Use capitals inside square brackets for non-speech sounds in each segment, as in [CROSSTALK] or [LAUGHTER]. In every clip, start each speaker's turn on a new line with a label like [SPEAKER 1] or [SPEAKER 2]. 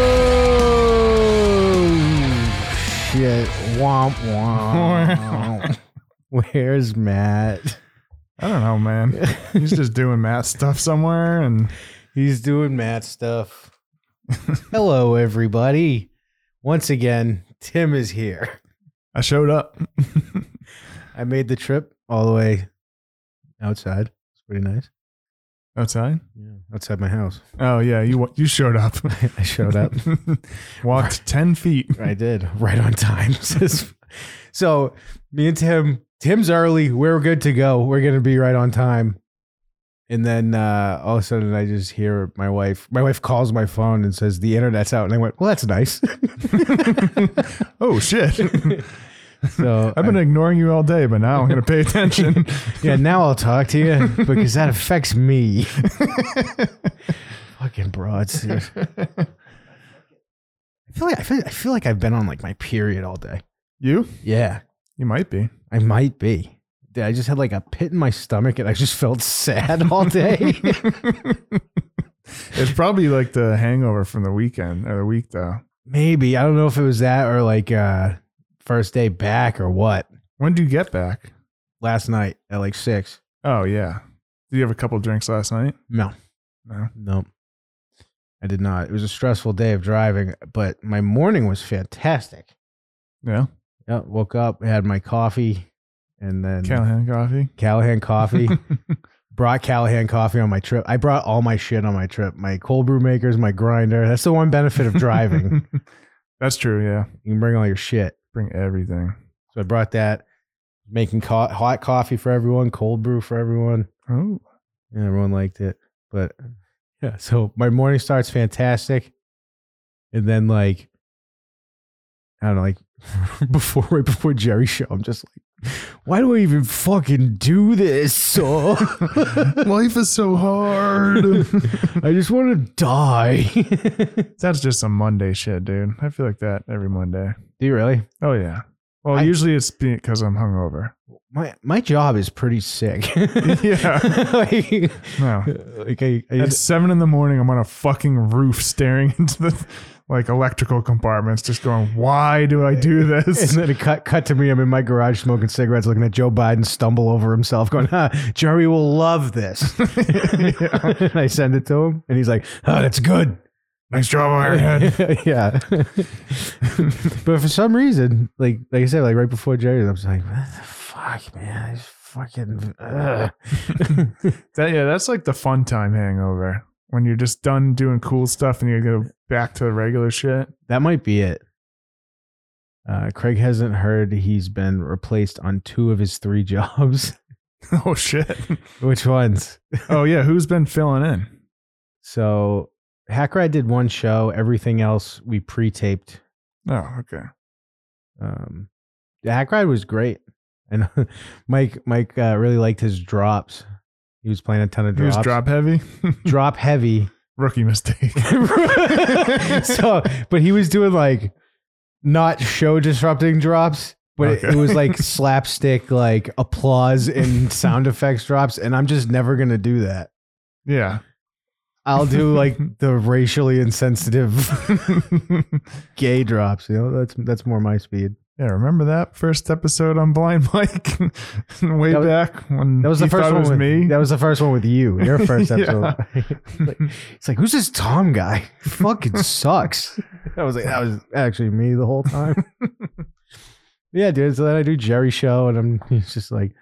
[SPEAKER 1] [LAUGHS]
[SPEAKER 2] womp. Where's Matt?
[SPEAKER 1] I don't know, man.
[SPEAKER 2] [LAUGHS]
[SPEAKER 1] He's just doing math stuff somewhere, and
[SPEAKER 2] He's doing Matt stuff. Hello, everybody. Once again, Tim is here.
[SPEAKER 1] I showed up. [LAUGHS]
[SPEAKER 2] I made the trip all the way outside. It's pretty nice.
[SPEAKER 1] Outside?
[SPEAKER 2] Yeah. Outside my house.
[SPEAKER 1] Oh yeah, you wa- you showed up.
[SPEAKER 2] [LAUGHS] I showed up.
[SPEAKER 1] [LAUGHS] Walked ten feet.
[SPEAKER 2] I did right on time. [LAUGHS] so me and Tim, Tim's early. We're good to go. We're gonna be right on time. And then uh, all of a sudden, I just hear my wife. My wife calls my phone and says the internet's out. And I went, "Well, that's nice."
[SPEAKER 1] [LAUGHS] Oh
[SPEAKER 2] [LAUGHS]
[SPEAKER 1] shit!
[SPEAKER 2] [LAUGHS] so
[SPEAKER 1] I've been
[SPEAKER 2] I-
[SPEAKER 1] ignoring you all day, but now I'm gonna pay
[SPEAKER 2] [LAUGHS]
[SPEAKER 1] attention. [LAUGHS]
[SPEAKER 2] yeah. Now I'll talk to [LAUGHS] you because that affects [LAUGHS] me. Fucking broads. dude. I feel like I feel, I feel like I've been on like my period all day.
[SPEAKER 1] you?
[SPEAKER 2] Yeah.
[SPEAKER 1] You might be.
[SPEAKER 2] I might be. Dude, I just had like a pit in my stomach and I just felt [LAUGHS] sad all day.
[SPEAKER 1] It's probably like the hangover from the weekend or the week though.
[SPEAKER 2] Maybe. I don't know if it was that or like uh first day back or what.
[SPEAKER 1] When do you get back?
[SPEAKER 2] Last night at like six.
[SPEAKER 1] Oh yeah. Did you have a couple drinks last night?
[SPEAKER 2] No.
[SPEAKER 1] No.
[SPEAKER 2] No. I did not. It was a stressful day of driving, but my morning was fantastic.
[SPEAKER 1] Yeah.
[SPEAKER 2] Yeah, woke up, had my coffee, and then
[SPEAKER 1] Callahan coffee.
[SPEAKER 2] Callahan
[SPEAKER 1] [LAUGHS]
[SPEAKER 2] coffee. brought Callahan coffee on my trip. I brought all my shit on my trip. My cold brew makers, my grinder. That's the one benefit of driving.
[SPEAKER 1] [LAUGHS] That's true. Yeah.
[SPEAKER 2] You can bring all your shit.
[SPEAKER 1] Bring everything.
[SPEAKER 2] So I brought that, making co- hot coffee for everyone, cold brew for everyone,
[SPEAKER 1] Oh.
[SPEAKER 2] and everyone liked it. But yeah, so my morning starts fantastic, and then like I don't know, like [LAUGHS] before right before Jerry show, I'm just like, why do I even fucking do this? [LAUGHS] So
[SPEAKER 1] [LAUGHS] Life is so hard.
[SPEAKER 2] I just want to die.
[SPEAKER 1] [LAUGHS]
[SPEAKER 2] [LAUGHS]
[SPEAKER 1] That's just some Monday shit, dude. I feel like that every Monday.
[SPEAKER 2] do you really?
[SPEAKER 1] Oh yeah. Well,
[SPEAKER 2] I-
[SPEAKER 1] usually it's because I'm hungover.
[SPEAKER 2] My my job is pretty [LAUGHS] sick.
[SPEAKER 1] Yeah.
[SPEAKER 2] like, [LAUGHS]
[SPEAKER 1] No.
[SPEAKER 2] like I, I
[SPEAKER 1] At seven in the morning, I'm on a fucking roof staring [LAUGHS] into the like electrical compartments, just going, "Why do
[SPEAKER 2] [LAUGHS]
[SPEAKER 1] I do
[SPEAKER 2] And
[SPEAKER 1] this?"
[SPEAKER 2] then it cut cut to me. I'm in my garage smoking cigarettes, looking at Joe Biden stumble over himself, going, huh, "Jerry will love this." and I send it to him, and he's like, "Oh, that's good."
[SPEAKER 1] nice job,
[SPEAKER 2] [LAUGHS]
[SPEAKER 1] Ironhead.
[SPEAKER 2] yeah. but for some reason, like like I said, like right before Jerry, I was like, "What the fuck, man? I just fucking." ugh." [LAUGHS]
[SPEAKER 1] that yeah, that's like the fun time hangover when you're just done doing cool stuff and you go back to regular shit. [LAUGHS]
[SPEAKER 2] that might be it. Uh, Craig hasn't heard he's been replaced on two of his three [LAUGHS] jobs.
[SPEAKER 1] oh shit.
[SPEAKER 2] Which ones?
[SPEAKER 1] oh yeah, who's been filling in?
[SPEAKER 2] So Hacker I did one show. Everything else we pre-taped.
[SPEAKER 1] Oh okay.
[SPEAKER 2] Um, the Hack Ride was great, and [LAUGHS] Mike Mike uh, really liked his drops. He was playing a ton of
[SPEAKER 1] He
[SPEAKER 2] drops.
[SPEAKER 1] was drop heavy. [LAUGHS]
[SPEAKER 2] drop heavy. [LAUGHS]
[SPEAKER 1] Rookie mistake.
[SPEAKER 2] so, but he was doing like not show disrupting drops, but it,
[SPEAKER 1] Okay.
[SPEAKER 2] it was
[SPEAKER 1] [LAUGHS]
[SPEAKER 2] like slapstick, like applause and sound effects drops. And I'm just never gonna do that.
[SPEAKER 1] yeah.
[SPEAKER 2] I'll do [LAUGHS] like the racially [LAUGHS] insensitive gay drops. You know, that's that's more my speed.
[SPEAKER 1] Yeah, remember that first episode on Blind Mike [LAUGHS] way
[SPEAKER 2] That was-
[SPEAKER 1] back when
[SPEAKER 2] That was
[SPEAKER 1] you
[SPEAKER 2] the first
[SPEAKER 1] thought
[SPEAKER 2] one
[SPEAKER 1] it was
[SPEAKER 2] with
[SPEAKER 1] me.
[SPEAKER 2] That was the first one with you. Your first [LAUGHS]
[SPEAKER 1] Yeah.
[SPEAKER 2] episode. it's like, who's this Tom guy? Fucking sucks. I was like, that was actually me the whole [LAUGHS] time. yeah, dude. So then I do Jerry show, and I'm he's just like,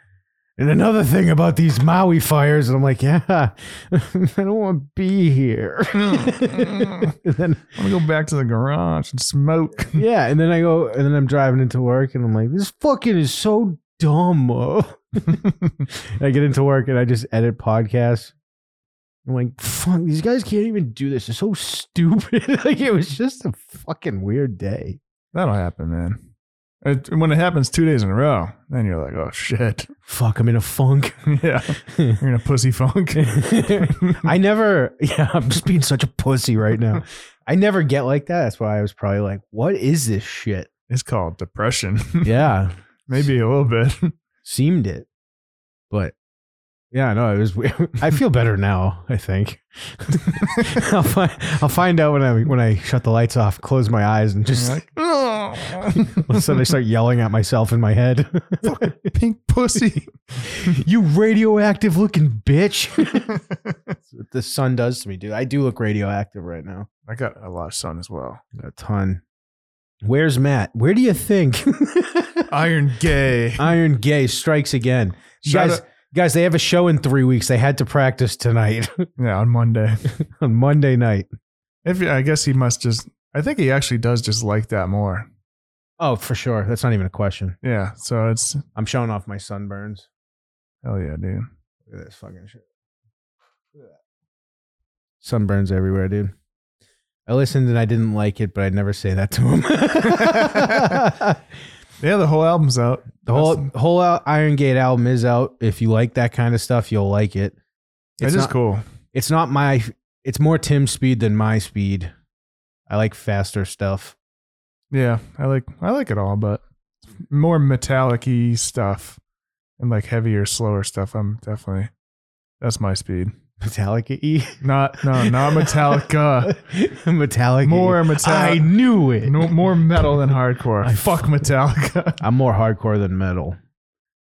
[SPEAKER 2] and another thing about these Maui fires, and I'm like, yeah, [LAUGHS] I don't want to be here. [LAUGHS] and then
[SPEAKER 1] I'm gonna go back to the garage and smoke. [LAUGHS]
[SPEAKER 2] yeah, and then I go, and then I'm driving into work, and I'm like, this fucking is so dumb. [LAUGHS] uh." And I get into work, and I just edit podcasts. I'm like, fuck, these guys can't even do this. It's so stupid. [LAUGHS] like it was just a fucking weird day.
[SPEAKER 1] That'll happen, man. It, when it happens two days in a row, then you're like, oh shit. [LAUGHS]
[SPEAKER 2] Fuck, I'm in a funk. [LAUGHS]
[SPEAKER 1] yeah. You're in a pussy funk.
[SPEAKER 2] I never, [LAUGHS] yeah, I'm just being such a pussy right now. I never get like that. That's why I was probably like, what is this shit?
[SPEAKER 1] it's called depression. [LAUGHS]
[SPEAKER 2] Yeah,
[SPEAKER 1] Maybe a little bit.
[SPEAKER 2] seemed it. But yeah, no, it was [LAUGHS] weird. I feel better now, I think. [LAUGHS] I'll find I'll find out when I when I shut the lights off, close my eyes and just
[SPEAKER 1] You're like, "Oh,
[SPEAKER 2] All of a sudden, I start yelling at myself in my head.
[SPEAKER 1] [LAUGHS]
[SPEAKER 2] [LAUGHS]
[SPEAKER 1] Pink pussy.
[SPEAKER 2] you radioactive looking [LAUGHS] bitch. That's what the sun does to me, dude. I do look radioactive right now.
[SPEAKER 1] I got a lot of sun as well.
[SPEAKER 2] A ton. Where's Matt? Where do you think? [LAUGHS]
[SPEAKER 1] Iron gay.
[SPEAKER 2] Iron Gay strikes again. You
[SPEAKER 1] Shout
[SPEAKER 2] guys,
[SPEAKER 1] out-
[SPEAKER 2] guys, they have a show in three weeks. They had to practice tonight
[SPEAKER 1] [LAUGHS] Yeah, on Monday.
[SPEAKER 2] on Monday night.
[SPEAKER 1] If I guess he must just. I think he actually does just like that more.
[SPEAKER 2] Oh, for sure. That's not even a question.
[SPEAKER 1] Yeah. So it's
[SPEAKER 2] I'm showing off my sunburns.
[SPEAKER 1] hell yeah, dude.
[SPEAKER 2] Look at this fucking shit. Look at that. Sunburns everywhere, dude. I listened and I didn't like it, but I'd never say that to him. [LAUGHS]
[SPEAKER 1] Yeah, the whole album's out.
[SPEAKER 2] the whole whole out Iron Gate album is out. If you like that kind of stuff, you'll like it.
[SPEAKER 1] It
[SPEAKER 2] It's
[SPEAKER 1] is
[SPEAKER 2] not,
[SPEAKER 1] cool.
[SPEAKER 2] It's not my. It's more Tim's speed than my speed. I like faster stuff. [LAUGHS]
[SPEAKER 1] Yeah, I like I like it all, but more metallic-y stuff and like heavier, slower stuff. I'm definitely that's my speed.
[SPEAKER 2] Metallica [LAUGHS] E.
[SPEAKER 1] Not
[SPEAKER 2] [LAUGHS]
[SPEAKER 1] no, not Metallica.
[SPEAKER 2] Metallica.
[SPEAKER 1] more
[SPEAKER 2] I
[SPEAKER 1] metallic.
[SPEAKER 2] knew it.
[SPEAKER 1] Uh, No, more metal than hardcore.
[SPEAKER 2] I-
[SPEAKER 1] Fuck Metallica.
[SPEAKER 2] I'm more hardcore than metal.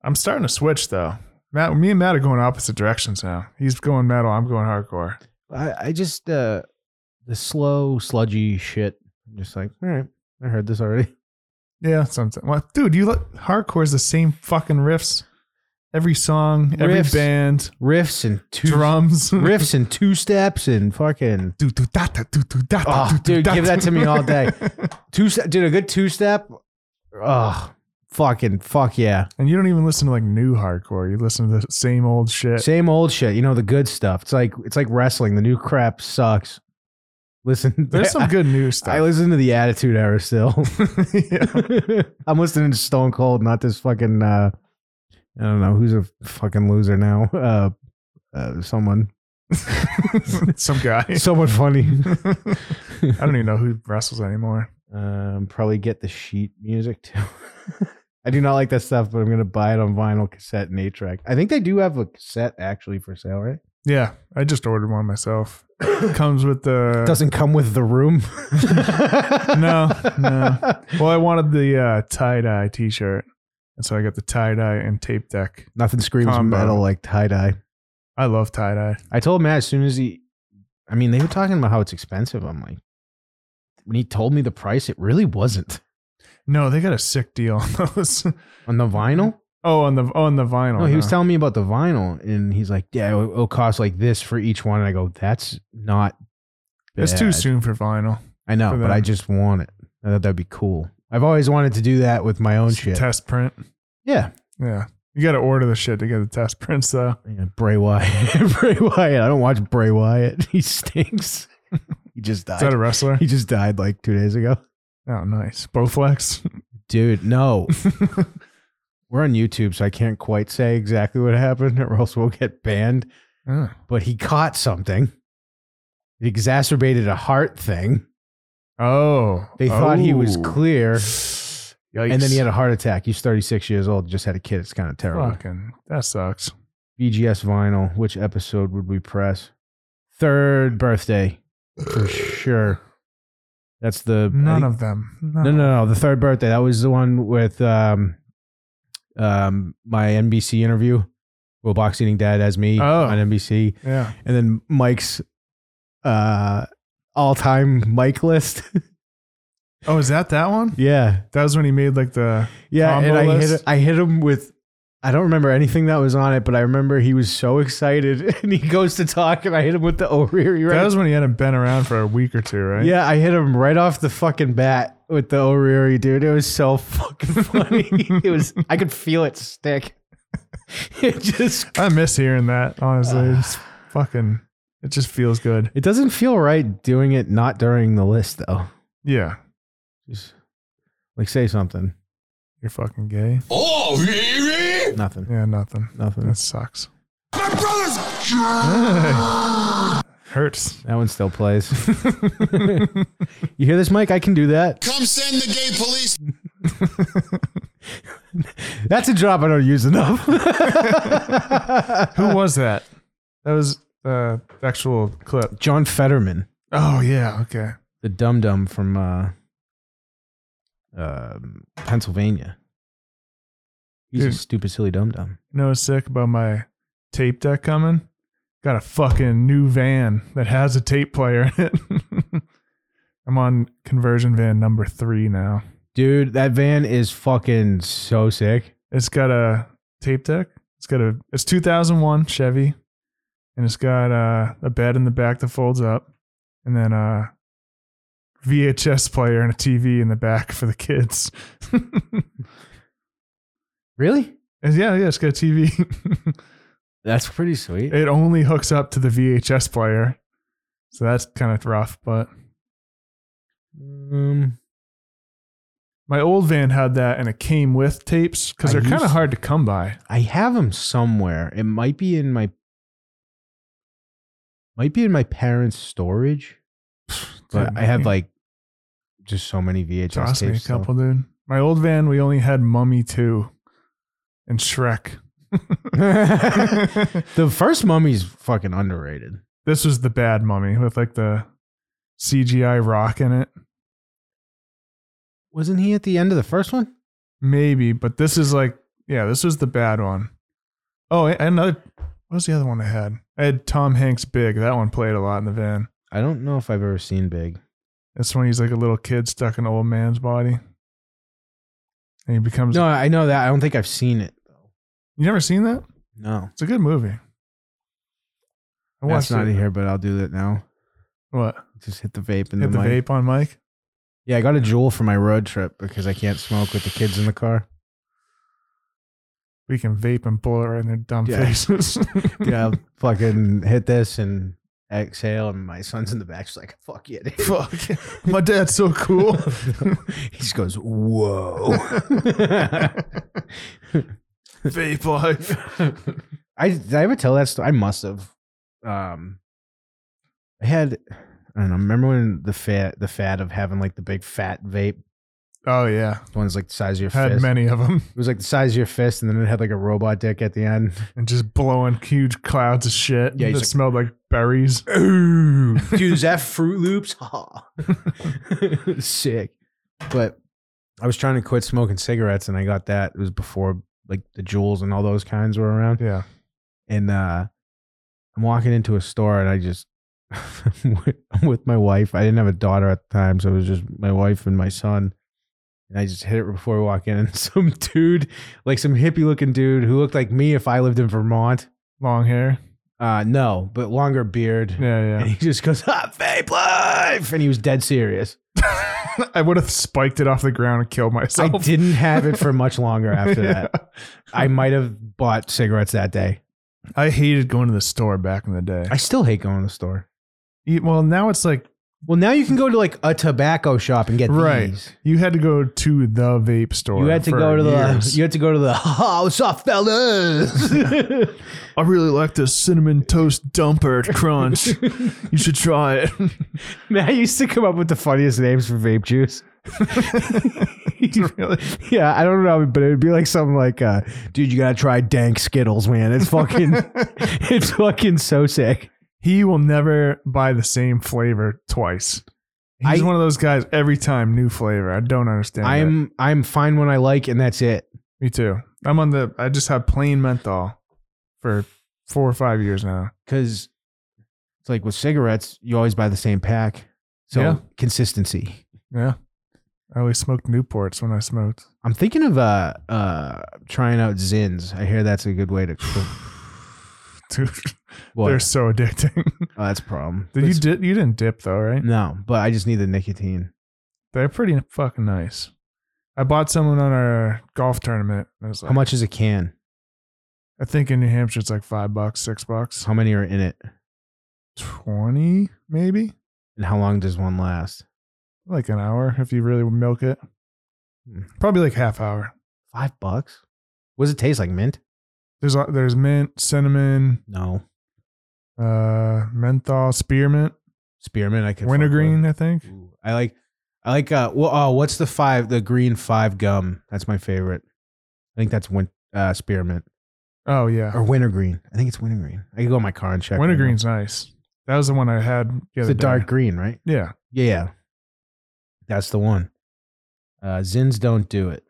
[SPEAKER 1] I'm starting to switch though. Matt, me and Matt are going opposite directions now. He's going metal. I'm going hardcore.
[SPEAKER 2] I, I just uh the slow sludgy shit. I'm just like, all right, I heard this already. [LAUGHS]
[SPEAKER 1] Yeah, something. Well, dude, you let hardcore is the same fucking riffs. Every song, every
[SPEAKER 2] Riffs.
[SPEAKER 1] band,
[SPEAKER 2] Riffs and two [LAUGHS]
[SPEAKER 1] drums, [LAUGHS]
[SPEAKER 2] riffs and two steps and fucking
[SPEAKER 1] Do do da da do do da da
[SPEAKER 2] Oh,
[SPEAKER 1] do, do,
[SPEAKER 2] dude,
[SPEAKER 1] da,
[SPEAKER 2] give that
[SPEAKER 1] da.
[SPEAKER 2] to me all day. two step dude, a good two step. Oh fucking fuck yeah.
[SPEAKER 1] [LAUGHS] and you don't even listen to like new hardcore. You listen to the same old shit.
[SPEAKER 2] Same old shit, you know, the good stuff. It's like it's like wrestling. The new crap sucks. Listen
[SPEAKER 1] [LAUGHS]
[SPEAKER 2] [LAUGHS]
[SPEAKER 1] There's some good new stuff.
[SPEAKER 2] I listen to the attitude era still. [LAUGHS]
[SPEAKER 1] yeah.
[SPEAKER 2] I'm listening to Stone Cold, not this fucking. Uh, I don't know who's a fucking loser now. [LAUGHS] Uh, uh, someone,
[SPEAKER 1] [LAUGHS] some
[SPEAKER 2] [LAUGHS]
[SPEAKER 1] guy.
[SPEAKER 2] someone funny.
[SPEAKER 1] I don't even know who wrestles anymore.
[SPEAKER 2] um, probably get the sheet music too. [LAUGHS] I do not like that stuff, but I'm gonna buy it on vinyl, cassette, and eight track. I think they do have a cassette actually for sale, right?
[SPEAKER 1] Yeah, I just ordered one myself. Comes with the
[SPEAKER 2] [COUGHS] Doesn't come with the [LAUGHS] room.
[SPEAKER 1] No, no. Well, I wanted the uh, tie dye T-shirt, and so I got the tie dye and tape deck.
[SPEAKER 2] [LAUGHS] Nothing screams
[SPEAKER 1] Combo.
[SPEAKER 2] metal like tie dye.
[SPEAKER 1] I love tie dye.
[SPEAKER 2] I told Matt as soon as he, I mean, they were talking about how it's expensive. I'm like, when he told me the price, it really wasn't
[SPEAKER 1] No, they got a sick deal on those. [LAUGHS]
[SPEAKER 2] on the vinyl.
[SPEAKER 1] oh, on the oh, on the vinyl.
[SPEAKER 2] No, he was
[SPEAKER 1] huh?
[SPEAKER 2] telling me about the vinyl, and he's like, "Yeah, it'll, it'll cost like this for each one." And I go, "That's not."
[SPEAKER 1] It's too
[SPEAKER 2] bad."
[SPEAKER 1] soon for vinyl.
[SPEAKER 2] I know,
[SPEAKER 1] for
[SPEAKER 2] but I
[SPEAKER 1] them.
[SPEAKER 2] just want it. I thought that'd be cool. I've always wanted to do that with my own
[SPEAKER 1] It's
[SPEAKER 2] Oh, shit.
[SPEAKER 1] Test print.
[SPEAKER 2] yeah,
[SPEAKER 1] Yeah, you got to order the shit to get the test prints though.
[SPEAKER 2] Yeah, Bray Wyatt. [LAUGHS] Bray Wyatt. I don't watch Bray Wyatt. [LAUGHS] He stinks. [LAUGHS] he just
[SPEAKER 1] Is that
[SPEAKER 2] died.
[SPEAKER 1] a wrestler?
[SPEAKER 2] He just died like two days ago.
[SPEAKER 1] Oh, nice. Bowflex. [LAUGHS]
[SPEAKER 2] Dude, no. We're on YouTube, so I can't quite say exactly what happened, [LAUGHS] or else we'll get banned.
[SPEAKER 1] Oh,
[SPEAKER 2] But he caught something. It exacerbated a heart thing.
[SPEAKER 1] Oh.
[SPEAKER 2] They thought he was clear,
[SPEAKER 1] Yikes.
[SPEAKER 2] and then he had a heart attack. He's 36 years old, just had a kid. It's kind of terrible.
[SPEAKER 1] Fucking, that sucks.
[SPEAKER 2] BGS vinyl. Which episode would we press? Third birthday,
[SPEAKER 1] [SIGHS]
[SPEAKER 2] for sure. That's the I
[SPEAKER 1] None
[SPEAKER 2] think-
[SPEAKER 1] of them.
[SPEAKER 2] No,
[SPEAKER 1] Uh-huh.
[SPEAKER 2] no, no. The third birthday. That was the one with um, um, my NBC interview. Will Box Eating Dad as me
[SPEAKER 1] Oh.
[SPEAKER 2] on NBC,
[SPEAKER 1] Yeah.
[SPEAKER 2] and then Mike's uh, all-time Mike list. [LAUGHS]
[SPEAKER 1] Oh, is that that one?
[SPEAKER 2] yeah,
[SPEAKER 1] That was when he made like the
[SPEAKER 2] yeah.
[SPEAKER 1] Combo
[SPEAKER 2] and I hit
[SPEAKER 1] list?
[SPEAKER 2] I hit him with. I don't remember anything that was on it, but I remember he was so excited, [LAUGHS] and he goes to talk, and I hit him with the O'Reilly.
[SPEAKER 1] That
[SPEAKER 2] right
[SPEAKER 1] was when he hadn't been around for a week or two, right?
[SPEAKER 2] Yeah, I hit him right off the fucking bat with the O'Reilly, dude. It was so [LAUGHS] fucking funny. it was I could feel it stick. [LAUGHS] It just
[SPEAKER 1] I miss hearing that, honestly. It's fucking it just feels good.
[SPEAKER 2] it doesn't feel right doing it not during the list though.
[SPEAKER 1] Yeah.
[SPEAKER 2] Just like say something.
[SPEAKER 1] You're fucking gay.
[SPEAKER 3] Oh,
[SPEAKER 2] Nothing.
[SPEAKER 1] Yeah, nothing.
[SPEAKER 2] Nothing.
[SPEAKER 1] That sucks.
[SPEAKER 3] My brother's
[SPEAKER 1] [SIGHS] Hurts.
[SPEAKER 2] That one still plays. [LAUGHS] you hear this, Mike? I can do that. [LAUGHS]
[SPEAKER 3] Come send the gay police.
[SPEAKER 2] That's a drop I don't use enough. [LAUGHS]
[SPEAKER 1] Who was that? That was uh actual clip.
[SPEAKER 2] John Fetterman,
[SPEAKER 1] Oh yeah, okay.
[SPEAKER 2] the dum dum from uh um, Pennsylvania. He's a
[SPEAKER 1] Dude.
[SPEAKER 2] stupid, silly dum dum.
[SPEAKER 1] You know what's sick about my tape deck coming? Got a fucking new van that has a tape player in it. [LAUGHS] I'm on conversion van number three now.
[SPEAKER 2] Dude, that van is fucking so sick.
[SPEAKER 1] It's got a tape deck. It's got a it's 2001 Chevy, and it's got uh, a bed in the back that folds up, and then a VHS player and a TV in the back for the kids. [LAUGHS] and
[SPEAKER 2] Really?
[SPEAKER 1] yeah, yeah, it's got a [LAUGHS] TV.
[SPEAKER 2] That's pretty sweet.
[SPEAKER 1] it only hooks up to the VHS player, so that's kind of rough. But
[SPEAKER 2] Um,
[SPEAKER 1] my old van had that, and it came with tapes because
[SPEAKER 2] I
[SPEAKER 1] they're kind
[SPEAKER 2] used-
[SPEAKER 1] of hard to come by.
[SPEAKER 2] I have them somewhere. It might be in my might be in my parents' storage, but I have like just so many VHS
[SPEAKER 1] Toss me a
[SPEAKER 2] tapes. still.
[SPEAKER 1] couple, [LAUGHS] dude. My old van, we only had Mummy 2 and Shrek.
[SPEAKER 2] [LAUGHS] the first mummy's fucking underrated.
[SPEAKER 1] this was the bad mummy with like the CGI rock in it.
[SPEAKER 2] Wasn't he at the end of the first one?
[SPEAKER 1] Maybe, but this is like, yeah, this was the bad one. Oh, and another, what was the other one I had? I had Tom Hanks Big. That one played a lot in the van.
[SPEAKER 2] I don't know if I've ever seen Big.
[SPEAKER 1] That's when he's like a little kid stuck in an old man's body. And he becomes,
[SPEAKER 2] No, I know that. I don't think I've seen it.
[SPEAKER 1] you never seen that?
[SPEAKER 2] No,
[SPEAKER 1] It's a good movie. I
[SPEAKER 2] that's
[SPEAKER 1] watched
[SPEAKER 2] not
[SPEAKER 1] it.
[SPEAKER 2] in here, but I'll do that now.
[SPEAKER 1] What?
[SPEAKER 2] Just hit the vape and
[SPEAKER 1] Hit the
[SPEAKER 2] mic.
[SPEAKER 1] vape on Mike?
[SPEAKER 2] Yeah, I got a jewel for my road trip because I can't smoke with the kids in the [LAUGHS] car.
[SPEAKER 1] We can vape and blow it right in their dumb
[SPEAKER 2] Yeah.
[SPEAKER 1] faces.
[SPEAKER 2] [LAUGHS]
[SPEAKER 1] [LAUGHS]
[SPEAKER 2] Yeah, I'll fucking hit this and exhale, and my son's in the back. She's like, "Fuck yeah, dude." [LAUGHS]
[SPEAKER 1] Fuck. My dad's so cool.
[SPEAKER 2] he just goes, "Whoa." [LAUGHS] [LAUGHS]
[SPEAKER 1] Vape life.
[SPEAKER 2] I did I ever tell that story? I must have. Um, I had I don't know. Remember when the fat the fad of having like the big fat vape
[SPEAKER 1] Oh, yeah.
[SPEAKER 2] the one's like the size of your
[SPEAKER 1] Had
[SPEAKER 2] fist.
[SPEAKER 1] many of them
[SPEAKER 2] It was like the size of your fist, and then it had like a robot dick at the end.
[SPEAKER 1] and just blowing huge clouds of shit.
[SPEAKER 2] Yeah,
[SPEAKER 1] Yeah,
[SPEAKER 2] he's
[SPEAKER 1] that
[SPEAKER 2] like-
[SPEAKER 1] smelled like berries.
[SPEAKER 2] [LAUGHS] Ooh, [LAUGHS] dude, is that Fruit [LAUGHS] Loops? Ha. Sick. But I was trying to quit smoking cigarettes, and I got that. It was before like the jewels and all those kinds were around.
[SPEAKER 1] Yeah.
[SPEAKER 2] And uh, I'm walking into a store, and I just [LAUGHS] I'm with- I'm with my wife. I didn't have a daughter at the time, so it was just my wife and my son. And I just hit it before we walk in, and [LAUGHS] some dude, like some hippie looking dude, who looked like me if I lived in Vermont.
[SPEAKER 1] Long hair.
[SPEAKER 2] Uh, no, but longer beard. [LAUGHS]
[SPEAKER 1] Yeah,
[SPEAKER 2] And he just goes, ah, vape life. And he was dead serious.
[SPEAKER 1] yeah. [LAUGHS] I would have spiked it off the ground and killed
[SPEAKER 2] I
[SPEAKER 1] myself. [LAUGHS]
[SPEAKER 2] didn't have it for much longer after
[SPEAKER 1] Yeah.
[SPEAKER 2] that. I might have bought cigarettes that day.
[SPEAKER 1] I hated going to the store back in the day.
[SPEAKER 2] I still hate going to the store.
[SPEAKER 1] You- well, now it's like
[SPEAKER 2] Well, now you can go to like a tobacco shop and get
[SPEAKER 1] Right.
[SPEAKER 2] these.
[SPEAKER 1] you had to go to the vape store.
[SPEAKER 2] You had to
[SPEAKER 1] for
[SPEAKER 2] go to the [LAUGHS]
[SPEAKER 1] years.
[SPEAKER 2] you had to go to the oh, what's up,
[SPEAKER 1] [LAUGHS]
[SPEAKER 2] fellas?
[SPEAKER 1] I really like this cinnamon toast dumper [LAUGHS] crunch. you should try it.
[SPEAKER 2] [LAUGHS] Man, I used to come up with the funniest names for vape
[SPEAKER 1] [LAUGHS]
[SPEAKER 2] juice. [LAUGHS] Yeah, I don't know, but it would be like something like, uh, dude, you gotta try dank Skittles, man. It's
[SPEAKER 1] [LAUGHS]
[SPEAKER 2] fucking, it's fucking so sick.
[SPEAKER 1] he will never buy the same flavor twice. He's
[SPEAKER 2] I-
[SPEAKER 1] one of those guys every time new flavor. I don't understand. that.
[SPEAKER 2] I'm I'm fine when I like, and that's it.
[SPEAKER 1] me too. I'm on the I just had plain menthol for four or five years now.
[SPEAKER 2] Because it's like with cigarettes, you always buy the same pack. So
[SPEAKER 1] Yeah.
[SPEAKER 2] consistency.
[SPEAKER 1] Yeah. I always smoked Newports when I smoked. [SIGHS]
[SPEAKER 2] I'm thinking of uh uh trying out Zins. I hear that's a good way to.
[SPEAKER 1] [SIGHS] Dude,
[SPEAKER 2] Well,
[SPEAKER 1] they're so addicting. [LAUGHS]
[SPEAKER 2] oh, that's a problem.
[SPEAKER 1] Did you
[SPEAKER 2] It's-
[SPEAKER 1] did you didn't dip though, right?
[SPEAKER 2] No, but I just need the nicotine.
[SPEAKER 1] They're pretty fucking nice. I bought someone on our golf tournament. and It was like,
[SPEAKER 2] How much is a can?
[SPEAKER 1] I think in New Hampshire it's like five bucks, six bucks,
[SPEAKER 2] How many are in it?
[SPEAKER 1] twenty maybe,
[SPEAKER 2] And how long does one last?
[SPEAKER 1] like an hour if you really milk it.
[SPEAKER 2] Hmm.
[SPEAKER 1] Probably like half hour.
[SPEAKER 2] Five bucks. What does it taste like? Mint?
[SPEAKER 1] There's a- there's mint, cinnamon,
[SPEAKER 2] No.
[SPEAKER 1] uh, menthol, spearmint,
[SPEAKER 2] Spearmint. I could. fuck with.
[SPEAKER 1] wintergreen. I think
[SPEAKER 2] Ooh, I like, I like. Uh, well, oh, what's the five? The green five gum. That's my favorite. I think that's win, uh, spearmint
[SPEAKER 1] Oh yeah,
[SPEAKER 2] or wintergreen. I think it's wintergreen. I can go in my car and check. right now.
[SPEAKER 1] wintergreen's nice. That was the one I had. The
[SPEAKER 2] It's
[SPEAKER 1] other
[SPEAKER 2] a dark
[SPEAKER 1] day.
[SPEAKER 2] green, right?
[SPEAKER 1] Yeah,
[SPEAKER 2] Yeah, yeah. That's the one. Uh, Zins don't do it.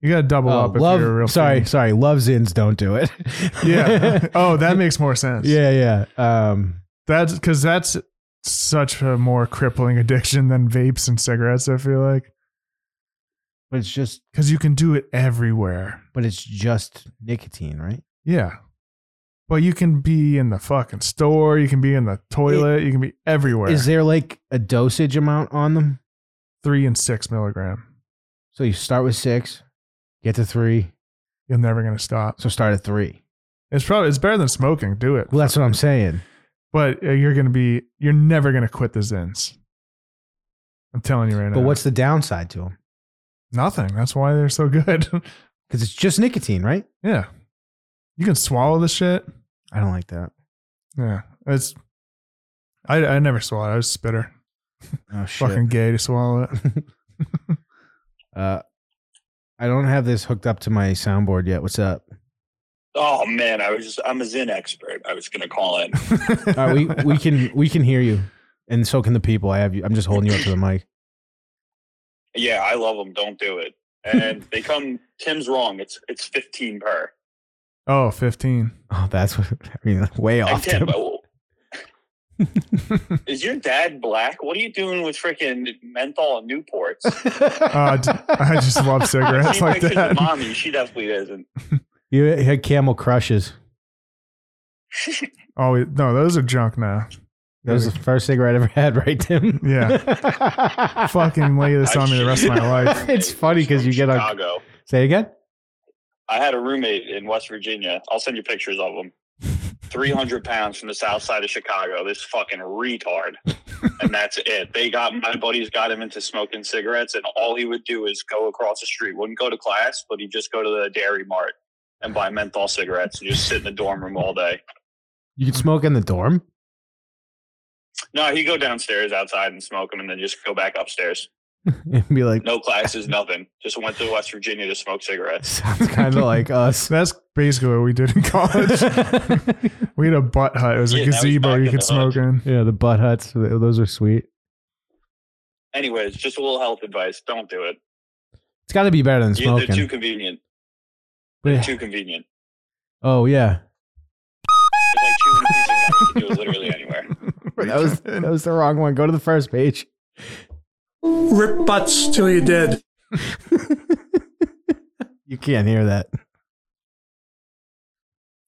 [SPEAKER 1] You gotta double
[SPEAKER 2] Oh,
[SPEAKER 1] up if
[SPEAKER 2] love,
[SPEAKER 1] you're a real
[SPEAKER 2] sorry,
[SPEAKER 1] fan.
[SPEAKER 2] sorry. Love Zins don't do it. [LAUGHS]
[SPEAKER 1] Yeah. oh, that makes more sense.
[SPEAKER 2] yeah, yeah. Um,
[SPEAKER 1] That's because that's such a more crippling [LAUGHS] addiction than vapes and cigarettes. I feel like
[SPEAKER 2] but it's just,
[SPEAKER 1] because you can do it everywhere.
[SPEAKER 2] but it's just nicotine, right?
[SPEAKER 1] Yeah. But you can be in the fucking store. You can be in the toilet. you can be everywhere.
[SPEAKER 2] Is there like a dosage amount on them?
[SPEAKER 1] Three and six milligram.
[SPEAKER 2] So you start with six, get to three,
[SPEAKER 1] You're never gonna stop.
[SPEAKER 2] so start at three.
[SPEAKER 1] It's probably it's better than smoking. Do it.
[SPEAKER 2] Well, that's what I'm saying.
[SPEAKER 1] But uh, you're gonna be. You're never gonna quit the zins. I'm telling you right now.
[SPEAKER 2] But what's the downside to them?
[SPEAKER 1] nothing? That's why they're so good. [LAUGHS]
[SPEAKER 2] Because it's just nicotine, right?
[SPEAKER 1] yeah. You can swallow the shit.
[SPEAKER 2] I don't like that.
[SPEAKER 1] Yeah, it's. I I never swallowed. it. I was a spitter.
[SPEAKER 2] Oh shit.
[SPEAKER 1] Fucking gay to swallow it.
[SPEAKER 2] uh, I don't have this hooked up to my soundboard yet. What's up?
[SPEAKER 4] Oh man, I was just I'm a Zen expert. I was gonna call in.
[SPEAKER 2] All
[SPEAKER 1] [LAUGHS]
[SPEAKER 2] right, we we can we can hear you, and so can the people. I have you. I'm just holding you up to the mic. [LAUGHS]
[SPEAKER 4] Yeah, I love them. Don't do it. And they come. Tim's wrong. It's it's 15 per.
[SPEAKER 1] oh, 15.
[SPEAKER 2] Oh, that's what I mean. Way
[SPEAKER 4] And
[SPEAKER 2] off.
[SPEAKER 4] Tim,
[SPEAKER 2] Tim.
[SPEAKER 4] oh,
[SPEAKER 2] [LAUGHS]
[SPEAKER 4] is your dad black? What are you doing with freaking menthol and Newports?
[SPEAKER 1] [LAUGHS] Uh, d- I just
[SPEAKER 2] [LAUGHS]
[SPEAKER 1] love
[SPEAKER 4] I
[SPEAKER 1] cigarettes
[SPEAKER 4] see
[SPEAKER 1] like
[SPEAKER 4] pictures
[SPEAKER 1] that.
[SPEAKER 4] of mommy. She definitely isn't.
[SPEAKER 2] you had Camel Crushes.
[SPEAKER 1] Oh wait, no, those are junk now.
[SPEAKER 2] That was the first cigarette I ever [LAUGHS] had, right, Tim? [LAUGHS] Yeah. [LAUGHS]
[SPEAKER 1] Fucking lay this on me the rest of my life.
[SPEAKER 2] It's funny 'cause you get on-
[SPEAKER 4] Chicago.
[SPEAKER 2] Say it again.
[SPEAKER 4] I had a roommate in West Virginia. I'll send you pictures of him. 300 pounds from the south side of Chicago. This fucking retard. And that's it. They got my buddies got him into smoking cigarettes, and all he would do is go across the street. Wouldn't go to class, but he'd just go to the dairy mart and buy menthol cigarettes and just sit in the dorm room all day.
[SPEAKER 2] You can smoke in the dorm. [LAUGHS]
[SPEAKER 4] No, he'd go downstairs outside and smoke them and then just go back upstairs.
[SPEAKER 2] and be like,
[SPEAKER 4] No classes, nothing. Just went to West Virginia to smoke cigarettes.
[SPEAKER 2] sounds kind
[SPEAKER 1] [LAUGHS]
[SPEAKER 2] of like us.
[SPEAKER 1] That's basically what we did
[SPEAKER 2] [LAUGHS]
[SPEAKER 1] in [LAUGHS] college. we had a butt hut. It was a
[SPEAKER 4] Yeah, that was
[SPEAKER 1] gazebo
[SPEAKER 4] back
[SPEAKER 1] you
[SPEAKER 4] in
[SPEAKER 1] could
[SPEAKER 4] the hood.
[SPEAKER 1] smoke in.
[SPEAKER 2] yeah, the butt huts. Those are sweet.
[SPEAKER 4] Anyways, just a little health advice. Don't do it.
[SPEAKER 2] It's got to be better than
[SPEAKER 4] Yeah, they're
[SPEAKER 2] smoking. [LAUGHS]
[SPEAKER 4] too convenient.
[SPEAKER 2] But it-
[SPEAKER 4] Too convenient.
[SPEAKER 2] oh yeah,
[SPEAKER 4] It's like chewing a piece of gum. You can do it literally [LAUGHS] anywhere.
[SPEAKER 2] that was that was the wrong one. Go to the first page.
[SPEAKER 5] Rip butts till you're dead.
[SPEAKER 2] [LAUGHS] You can't hear that.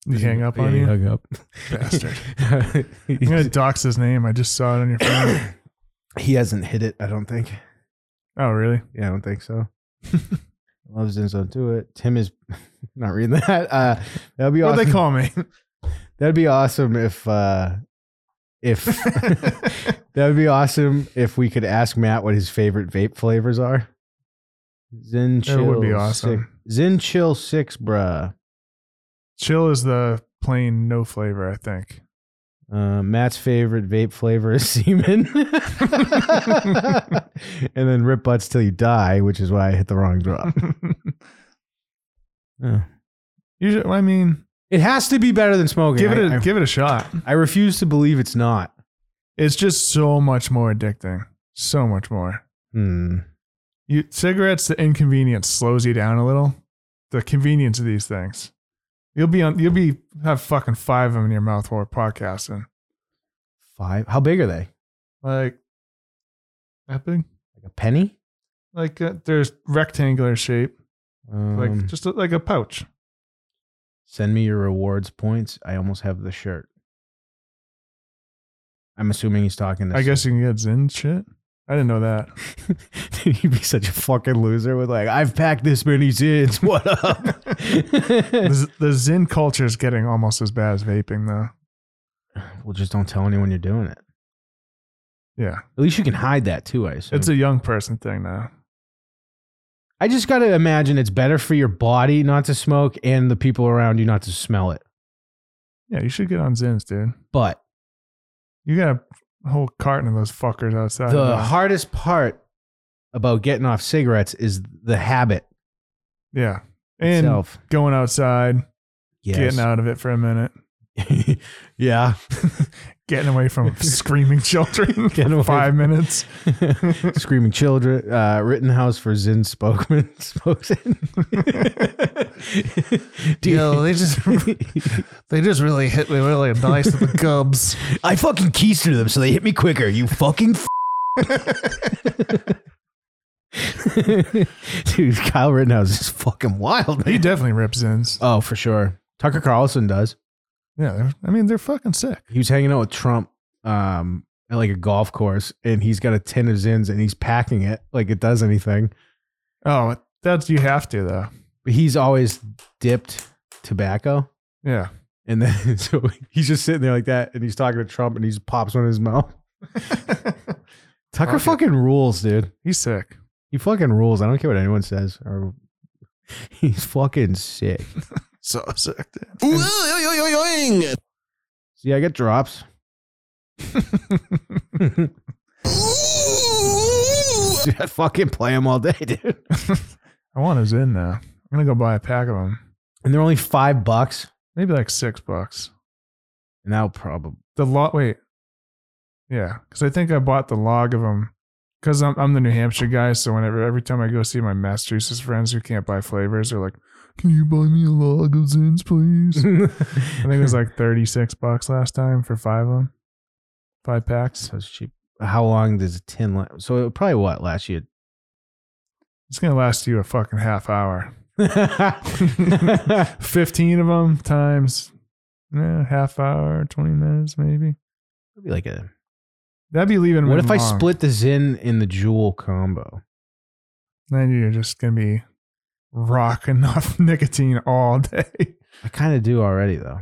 [SPEAKER 1] You hang up on
[SPEAKER 2] Yeah,
[SPEAKER 1] you,
[SPEAKER 2] Hung up.
[SPEAKER 1] bastard.
[SPEAKER 2] [LAUGHS]
[SPEAKER 1] [LAUGHS]
[SPEAKER 2] He
[SPEAKER 1] I'm gonna
[SPEAKER 2] just- [COUGHS]
[SPEAKER 1] dox his name. I just saw it on your phone.
[SPEAKER 2] he hasn't hit it. I don't think.
[SPEAKER 1] Oh, really?
[SPEAKER 2] Yeah, I don't think [LAUGHS] so. Loves Zin's don't do it. Tim is [LAUGHS] not reading that. Uh,
[SPEAKER 1] [LAUGHS]
[SPEAKER 2] that'd be
[SPEAKER 1] What'd
[SPEAKER 2] awesome.
[SPEAKER 1] they call me? [LAUGHS]
[SPEAKER 2] That'd be awesome if uh,
[SPEAKER 1] [LAUGHS]
[SPEAKER 2] if [LAUGHS] that would be awesome if we could ask Matt what his favorite vape flavors are. Zin chill.
[SPEAKER 1] That would be
[SPEAKER 2] Six,
[SPEAKER 1] awesome.
[SPEAKER 2] Zin chill six, bruh.
[SPEAKER 1] Chill is the plain no flavor, I think.
[SPEAKER 2] Uh, Matt's favorite vape flavor is semen. [LAUGHS] and then rip butts till you die, which is why I hit the wrong
[SPEAKER 1] [LAUGHS]
[SPEAKER 2] drop. Oh.
[SPEAKER 1] Usually, I mean,
[SPEAKER 2] It has to be better than smoking.
[SPEAKER 1] give it
[SPEAKER 2] I-
[SPEAKER 1] a
[SPEAKER 2] I-
[SPEAKER 1] give it a shot.
[SPEAKER 2] I refuse to believe it's not.
[SPEAKER 1] It's just so much more addicting. So much more.
[SPEAKER 2] Hmm.
[SPEAKER 1] You cigarettes, the inconvenience slows you down a little. The convenience of these things. You'll be on. You'll be have fucking five of them in your mouth while we're podcasting.
[SPEAKER 2] Five. How big are they?
[SPEAKER 1] Like that big.
[SPEAKER 2] Like a penny?
[SPEAKER 1] Like uh, there's rectangular shape. Like
[SPEAKER 2] Um,
[SPEAKER 1] just like a pouch.
[SPEAKER 2] Send me your rewards points. I almost have the shirt. I'm assuming he's talking to
[SPEAKER 1] I guess you can get Zen shit. I didn't know that.
[SPEAKER 2] [LAUGHS] Dude, you'd be such a fucking loser with like, I've packed this many zins. What
[SPEAKER 1] [LAUGHS]
[SPEAKER 2] up? [LAUGHS] Eh.
[SPEAKER 1] the, z- the Zen culture is getting almost as bad as vaping, though.
[SPEAKER 2] well, just don't tell anyone you're doing it.
[SPEAKER 1] Yeah,
[SPEAKER 2] At least you can hide that too, I assume.
[SPEAKER 1] it's a young person thing now.
[SPEAKER 2] I just got to imagine it's better for your body not to smoke and the people around you not to smell it.
[SPEAKER 1] Yeah, you should get on Zins, dude.
[SPEAKER 2] But
[SPEAKER 1] You got a whole carton of those fuckers outside.
[SPEAKER 2] the
[SPEAKER 1] now.
[SPEAKER 2] hardest part about getting off cigarettes is the habit
[SPEAKER 1] yeah, and
[SPEAKER 2] itself.
[SPEAKER 1] going outside,
[SPEAKER 2] Yes.
[SPEAKER 1] getting out of it for a minute,
[SPEAKER 2] [LAUGHS] yeah.
[SPEAKER 1] Getting
[SPEAKER 2] [LAUGHS]
[SPEAKER 1] away from screaming children
[SPEAKER 2] Getting away
[SPEAKER 1] for five minutes.
[SPEAKER 2] Screaming Children, uh, Rittenhouse for Zin Spokman. [LAUGHS] Spokesman.
[SPEAKER 6] You
[SPEAKER 2] [LAUGHS]
[SPEAKER 6] know, they just [LAUGHS] they just really hit me really nice in the
[SPEAKER 1] [LAUGHS]
[SPEAKER 6] gubs.
[SPEAKER 2] I fucking keistered them so they hit me quicker. You fucking. F- [LAUGHS] Dude, Kyle Rittenhouse is fucking wild.
[SPEAKER 1] He
[SPEAKER 2] Man.
[SPEAKER 1] definitely rips ins.
[SPEAKER 2] Oh, for sure. Tucker Carlson does.
[SPEAKER 1] Yeah, they're- I mean they're fucking sick.
[SPEAKER 2] He was hanging out with Trump um, at like a golf course, and he's got a tin of Zins and he's packing it like it does anything.
[SPEAKER 1] Oh, that's you have to though.
[SPEAKER 2] But he's always dipped tobacco.
[SPEAKER 1] [LAUGHS] Yeah,
[SPEAKER 2] And then [LAUGHS] so he's just sitting there like that, and he's talking to Trump, and he just pops one in his mouth. Tucker
[SPEAKER 1] Fuck
[SPEAKER 2] fucking rules, dude.
[SPEAKER 1] he's sick.
[SPEAKER 2] He fucking rules. I don't care what anyone says. Or [LAUGHS] he's fucking sick.
[SPEAKER 1] So sick. dude.
[SPEAKER 2] See, I get drops. [LAUGHS] dude, I fucking play them all day, dude.
[SPEAKER 1] [LAUGHS] I want his in now. I'm gonna go buy a pack of them.
[SPEAKER 2] And they're only five bucks,
[SPEAKER 1] Maybe like six bucks.
[SPEAKER 2] and that'll probably [LAUGHS]
[SPEAKER 1] The lot. Wait. Yeah, because I think I bought the log of them. Because I'm I'm the New Hampshire guy, so whenever every time I go see my Massachusetts friends who can't buy flavors, they're like, "Can you buy me a log of Zins, [LAUGHS] please?" I think it was like 36 bucks last time for five of them, five packs.
[SPEAKER 2] so it's cheap. How long does a tin last? So it probably what last year?
[SPEAKER 1] It's gonna last you a fucking half hour. 15 of them times eh, half hour, 20 minutes maybe.
[SPEAKER 2] Maybe like a.
[SPEAKER 1] That'd be leaving.
[SPEAKER 2] What
[SPEAKER 1] them
[SPEAKER 2] if I
[SPEAKER 1] long.
[SPEAKER 2] split the Zin in the Jewel combo?
[SPEAKER 1] Then you're just gonna be rocking [LAUGHS] off nicotine all day.
[SPEAKER 2] I kind of do already though.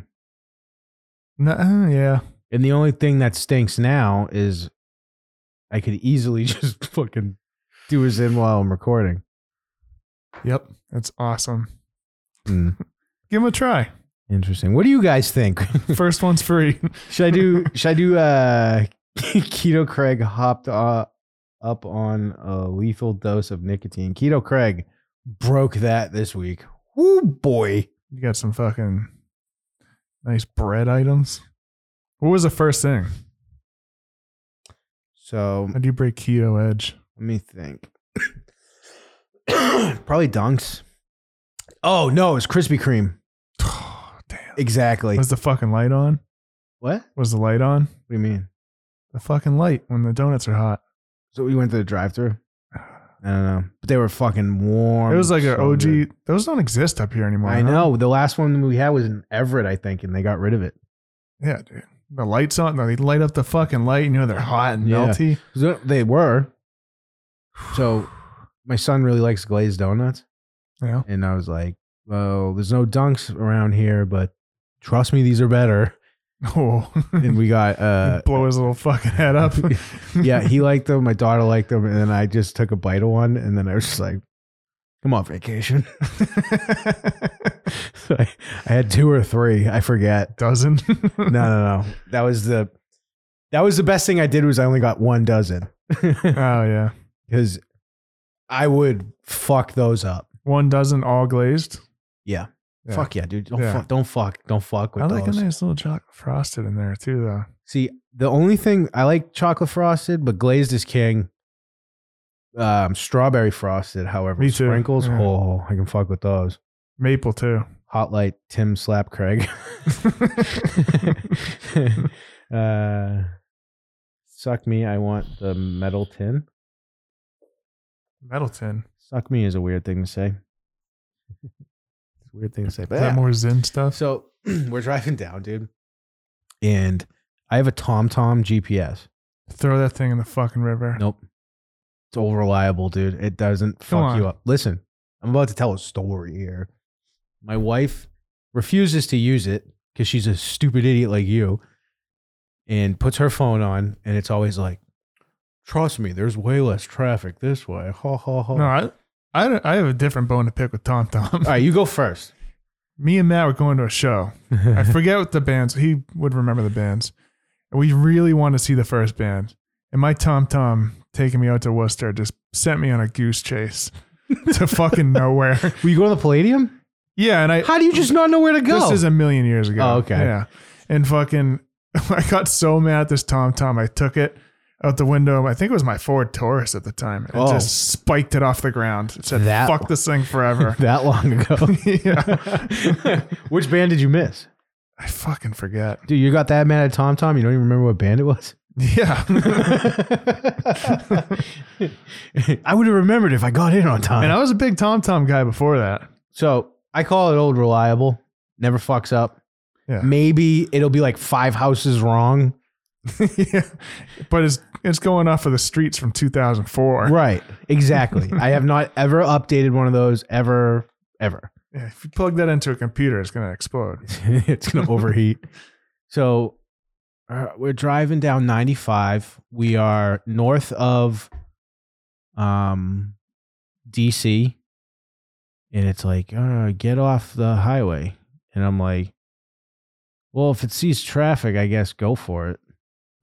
[SPEAKER 1] No, uh, yeah,
[SPEAKER 2] And the only thing that stinks now is I could easily [LAUGHS] just fucking do a Zin while I'm recording.
[SPEAKER 1] yep, that's awesome.
[SPEAKER 2] Hmm.
[SPEAKER 1] [LAUGHS] Give them a try.
[SPEAKER 2] Interesting. What do you guys think? [LAUGHS]
[SPEAKER 1] First one's free. [LAUGHS]
[SPEAKER 2] should I do should I do uh [LAUGHS] Keto Craig hopped uh, up on a lethal dose of nicotine. Keto Craig broke that this week. Woo boy.
[SPEAKER 1] You got some fucking nice bread items. What was the first thing?
[SPEAKER 2] So
[SPEAKER 1] How do you break keto edge? [SIGHS]
[SPEAKER 2] Let me think. [COUGHS] Probably Dunks. Oh no, it's Krispy Kreme.
[SPEAKER 1] damn.
[SPEAKER 2] Exactly.
[SPEAKER 1] Was the fucking light on?
[SPEAKER 2] What? What
[SPEAKER 1] Was the light on?
[SPEAKER 2] do you mean?
[SPEAKER 1] The fucking light when the donuts are hot.
[SPEAKER 2] So we went to the
[SPEAKER 1] [SIGHS]
[SPEAKER 2] drive-through. I don't know, but they were fucking warm.
[SPEAKER 1] it was like an
[SPEAKER 2] so
[SPEAKER 1] OG.
[SPEAKER 2] good.
[SPEAKER 1] Those don't exist up here anymore.
[SPEAKER 2] I
[SPEAKER 1] huh?
[SPEAKER 2] know. The last one we had was in Everett, I think, and they got rid of it.
[SPEAKER 1] Yeah, dude. The lights on. They light up the fucking light. And you know they're hot and
[SPEAKER 2] Yeah.
[SPEAKER 1] melty.
[SPEAKER 2] So they were. So my son really likes glazed donuts,
[SPEAKER 1] Yeah.
[SPEAKER 2] and I was like, "Well, there's no Dunks around here, but trust me, these are better."
[SPEAKER 1] [LAUGHS] Oh. [LAUGHS]
[SPEAKER 2] And we got uh,
[SPEAKER 1] Blow his little fucking head up.
[SPEAKER 2] [LAUGHS] yeah, he liked them. My daughter liked them, and then I just took a bite of one, and then I was just like, "Come on, vacation." [LAUGHS] so I, I had two or three. I forget.
[SPEAKER 1] [LAUGHS] Dozen.
[SPEAKER 2] [LAUGHS] No, no, no. That was the that was the best thing I did was I only got one dozen
[SPEAKER 1] [LAUGHS]
[SPEAKER 2] [LAUGHS]
[SPEAKER 1] Oh yeah.
[SPEAKER 2] because I would fuck those up.
[SPEAKER 1] One dozen all glazed.
[SPEAKER 2] Yeah.
[SPEAKER 1] Yeah.
[SPEAKER 2] Fuck yeah, dude. Don't
[SPEAKER 1] Yeah.
[SPEAKER 2] fuck. Don't fuck. Don't fuck with
[SPEAKER 1] I like
[SPEAKER 2] those.
[SPEAKER 1] a nice little chocolate frosted in there too, though.
[SPEAKER 2] See, the only thing I like chocolate frosted, but glazed is king. Um, strawberry frosted, however,
[SPEAKER 1] Me
[SPEAKER 2] with
[SPEAKER 1] too.
[SPEAKER 2] sprinkles.
[SPEAKER 1] Yeah.
[SPEAKER 2] Oh, I can fuck with those.
[SPEAKER 1] Maple too.
[SPEAKER 2] Hot Light Tim Slap Craig. [LAUGHS] uh, suck me, I want the metal tin.
[SPEAKER 1] Metal tin.
[SPEAKER 2] Suck me is a weird thing to say. It's a weird thing to say, but
[SPEAKER 1] Is that
[SPEAKER 2] yeah.
[SPEAKER 1] more Zen stuff?
[SPEAKER 2] so [CLEARS THROAT] we're driving down, dude, and I have a TomTom GPS.
[SPEAKER 1] Throw that thing in the fucking river.
[SPEAKER 2] Nope, it's all reliable, dude. It doesn't
[SPEAKER 1] Come
[SPEAKER 2] fuck you
[SPEAKER 1] on.
[SPEAKER 2] up. Listen, I'm about to tell a story here. My wife refuses to use it because she's a stupid idiot like you and puts her phone on and it's always like trust me there's way less traffic this way ha ha ha
[SPEAKER 1] No,
[SPEAKER 2] all
[SPEAKER 1] I, I, don't- I have a different bone to pick with Tom Tom.
[SPEAKER 2] right you go first
[SPEAKER 1] [LAUGHS] Me and Matt were going to a show.
[SPEAKER 2] [LAUGHS]
[SPEAKER 1] I forget what the bands. He would remember the bands. We really wanted to see the first band, and my Tom Tom taking me out to Worcester just sent me on a
[SPEAKER 2] [LAUGHS]
[SPEAKER 1] goose chase to fucking nowhere.
[SPEAKER 2] will you go to the palladium
[SPEAKER 1] Yeah, and I
[SPEAKER 2] how do you just not know where to go
[SPEAKER 1] This is a million years ago.
[SPEAKER 2] Oh, okay.
[SPEAKER 1] Yeah. And fucking [LAUGHS] I got so mad at this Tom Tom. I took it out the window. I think it was my Ford Taurus at the time. and
[SPEAKER 2] Oh.
[SPEAKER 1] just spiked it off the ground. It said,
[SPEAKER 2] That
[SPEAKER 1] "Fuck
[SPEAKER 2] one.
[SPEAKER 1] this thing forever."
[SPEAKER 2] [LAUGHS] that long ago.
[SPEAKER 1] yeah.
[SPEAKER 2] [LAUGHS] Which band did you miss?
[SPEAKER 1] I fucking forget. [LAUGHS]
[SPEAKER 2] Dude, you got that mad at Tom Tom? You don't even remember what band it was? [LAUGHS]
[SPEAKER 1] Yeah.
[SPEAKER 2] I would have remembered if I got in on time.
[SPEAKER 1] and I was a big Tom Tom guy before that.
[SPEAKER 2] so I call it old reliable. Never fucks up.
[SPEAKER 1] Yeah.
[SPEAKER 2] Maybe it'll be like five houses wrong.
[SPEAKER 1] [LAUGHS] yeah. But it's it's going off of the streets from 2004.
[SPEAKER 2] Right. Exactly. I have not ever updated one of those ever, ever.
[SPEAKER 1] Yeah, if you plug that into a computer, it's going to explode.
[SPEAKER 2] it's going to
[SPEAKER 1] [LAUGHS]
[SPEAKER 2] overheat. So uh, we're driving down 95. We are north of um, DC. And it's like, uh, get off the highway. And I'm like, well, if it sees traffic, I guess go for it.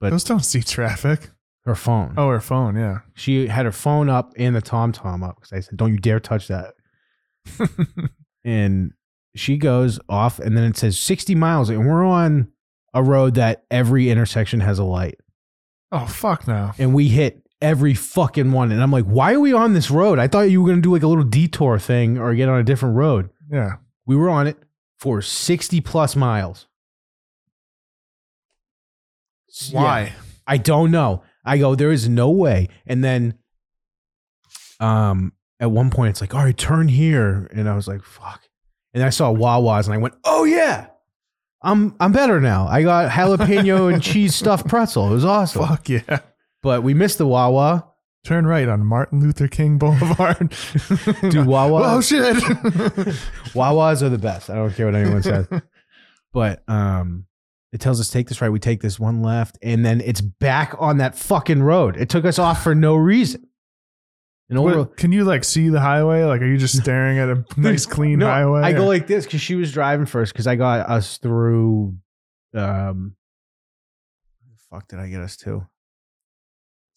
[SPEAKER 2] But-
[SPEAKER 1] Those don't see traffic.
[SPEAKER 2] Her phone.
[SPEAKER 1] Oh, her phone, yeah.
[SPEAKER 2] She had her phone up and the Tom Tom up because I said, don't you dare touch that. and she goes off and then it says 60 miles and we're on a road that every intersection has a light
[SPEAKER 1] Oh, fuck no.
[SPEAKER 2] and we hit every fucking one and i'm like why are we on this road i thought you were going to do like a little detour thing or get on a different road
[SPEAKER 1] Yeah.
[SPEAKER 2] we were on it for 60 plus miles Yeah. I don't know. I go, there is no way. And then um at one point it's like, all right, turn here. And I was like, fuck. And I saw Wawa's and I went, oh yeah. I'm I'm better now. I got jalapeno and cheese stuffed pretzel. It was awesome.
[SPEAKER 1] Fuck yeah.
[SPEAKER 2] But we missed the Wawa.
[SPEAKER 1] Turn right on Martin Luther King Boulevard. [LAUGHS]
[SPEAKER 2] [LAUGHS] Dude, Wawa [LAUGHS]
[SPEAKER 1] oh, shit.
[SPEAKER 2] Wawa's are the best. I don't care what anyone says. But um it tells us take this right, we take this one left, and then it's back on that fucking road. It took us off for no reason. An old road-
[SPEAKER 1] What- can you like see the highway? Like, are you just
[SPEAKER 2] [LAUGHS]
[SPEAKER 1] staring at a nice, clean
[SPEAKER 2] No,
[SPEAKER 1] highway?
[SPEAKER 2] I go like this because she was driving first because I got us through. Um, where the fuck, did I get us to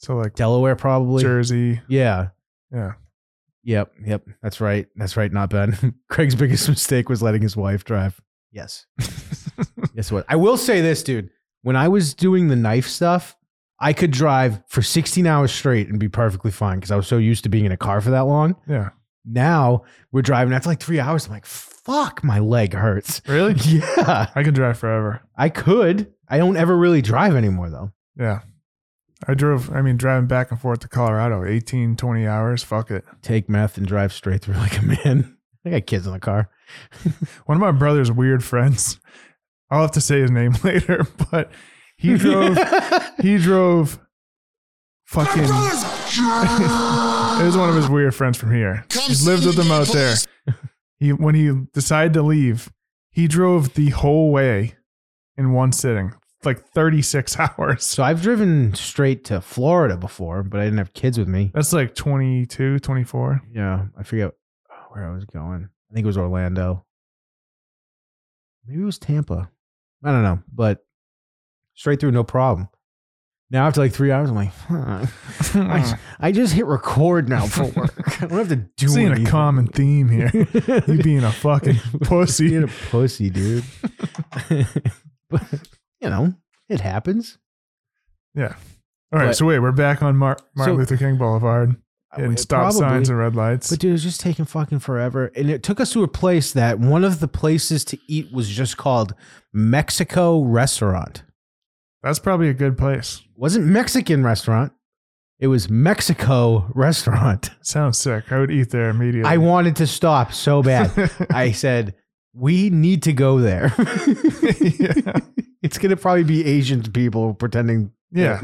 [SPEAKER 1] so, like,
[SPEAKER 2] Delaware? Probably.
[SPEAKER 1] Jersey.
[SPEAKER 2] Yeah.
[SPEAKER 1] Yeah.
[SPEAKER 2] Yep. Yep. That's right. That's right. Not Ben. [LAUGHS] Craig's biggest mistake was letting his wife drive. [LAUGHS] Yes. yes. What I will say this, dude. When I was doing the knife stuff, I could drive for 16 hours straight and be perfectly fine because I was so used to being in a car for that long. [LAUGHS]
[SPEAKER 1] Yeah.
[SPEAKER 2] Now we're driving after like three hours. I'm like, fuck, my leg hurts. [LAUGHS]
[SPEAKER 1] Really?
[SPEAKER 2] Yeah,
[SPEAKER 1] I can drive forever.
[SPEAKER 2] I could. I don't ever really drive anymore though.
[SPEAKER 1] Yeah. I drove, I mean, driving back and forth to Colorado, 18, 20 hours. Fuck it.
[SPEAKER 2] Take meth and drive straight through like a man. [LAUGHS] I got kids in the car.
[SPEAKER 1] One of my brother's weird friends, [LAUGHS] I'll have to say his name [LAUGHS] later, but
[SPEAKER 2] [LAUGHS]
[SPEAKER 1] he drove, he drove fucking, it was one of his weird friends from here.
[SPEAKER 3] Come
[SPEAKER 1] He lived
[SPEAKER 3] see
[SPEAKER 1] with him
[SPEAKER 3] me,
[SPEAKER 1] out there.
[SPEAKER 3] please.
[SPEAKER 1] He, when he decided to leave, he drove the whole way in one sitting, like 36 [LAUGHS] hours.
[SPEAKER 2] so I've driven straight to Florida before, but I didn't have kids with me.
[SPEAKER 1] That's like 22, 24.
[SPEAKER 2] Yeah, I forget where I was going. I think it was Orlando. Maybe it was Tampa. I don't know, but straight through, no problem. Now after like three hours, I'm like, huh, [LAUGHS]
[SPEAKER 1] [LAUGHS]
[SPEAKER 2] I, I just hit record now for work. I don't have to do
[SPEAKER 1] Seeing
[SPEAKER 2] anything. [LAUGHS]
[SPEAKER 1] a common theme here. You being a fucking
[SPEAKER 2] Being
[SPEAKER 1] pussy.
[SPEAKER 2] a pussy,
[SPEAKER 1] [LAUGHS]
[SPEAKER 2] dude. [LAUGHS] but you know, it happens.
[SPEAKER 1] All right,
[SPEAKER 2] But-
[SPEAKER 1] so wait, we're back on Mar- Martin
[SPEAKER 2] So-
[SPEAKER 1] Luther King Boulevard and
[SPEAKER 2] It
[SPEAKER 1] stop
[SPEAKER 2] probably-
[SPEAKER 1] signs and red lights.
[SPEAKER 2] But dude, it was just taking fucking forever. And it took us to a place that one of the places to eat was just called Mexico Restaurant.
[SPEAKER 1] That's probably a good place.
[SPEAKER 2] wasn't Mexican restaurant. It was Mexico restaurant.
[SPEAKER 1] Sounds sick. I would eat there immediately.
[SPEAKER 2] I wanted to stop so
[SPEAKER 1] [LAUGHS]
[SPEAKER 2] bad. I said, "We need to go there." [LAUGHS]
[SPEAKER 1] Yeah.
[SPEAKER 2] It's gonna probably be Asian people pretending.
[SPEAKER 1] Yeah.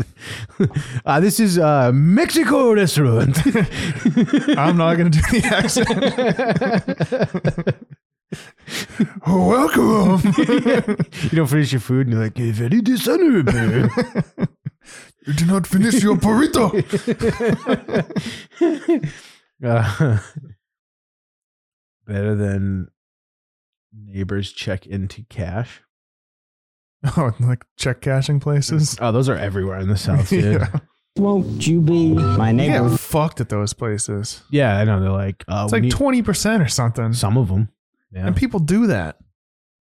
[SPEAKER 2] [LAUGHS] uh, this is uh, Mexico restaurant.
[SPEAKER 1] [LAUGHS] I'm not going to do the
[SPEAKER 2] [LAUGHS]
[SPEAKER 1] accent. [LAUGHS]
[SPEAKER 2] [LAUGHS]
[SPEAKER 1] Welcome.
[SPEAKER 2] you don't finish your food, and you're like, "Eh, "Very
[SPEAKER 1] [LAUGHS]
[SPEAKER 2] dishonorable."
[SPEAKER 1] you did not finish your burrito.
[SPEAKER 2] [LAUGHS] Uh, better than neighbors check into cash.
[SPEAKER 1] Oh, like check cashing places.
[SPEAKER 2] Oh, those are everywhere in the
[SPEAKER 1] [LAUGHS]
[SPEAKER 2] South, dude. yeah.
[SPEAKER 1] Yeah.
[SPEAKER 7] Won't you be my
[SPEAKER 1] You
[SPEAKER 7] neighbor?
[SPEAKER 1] get fucked at those places.
[SPEAKER 2] I know. They're like, uh,
[SPEAKER 1] It's
[SPEAKER 2] we
[SPEAKER 1] like
[SPEAKER 2] need-
[SPEAKER 1] 20% or something.
[SPEAKER 2] some of them. Yeah,
[SPEAKER 1] And people do that.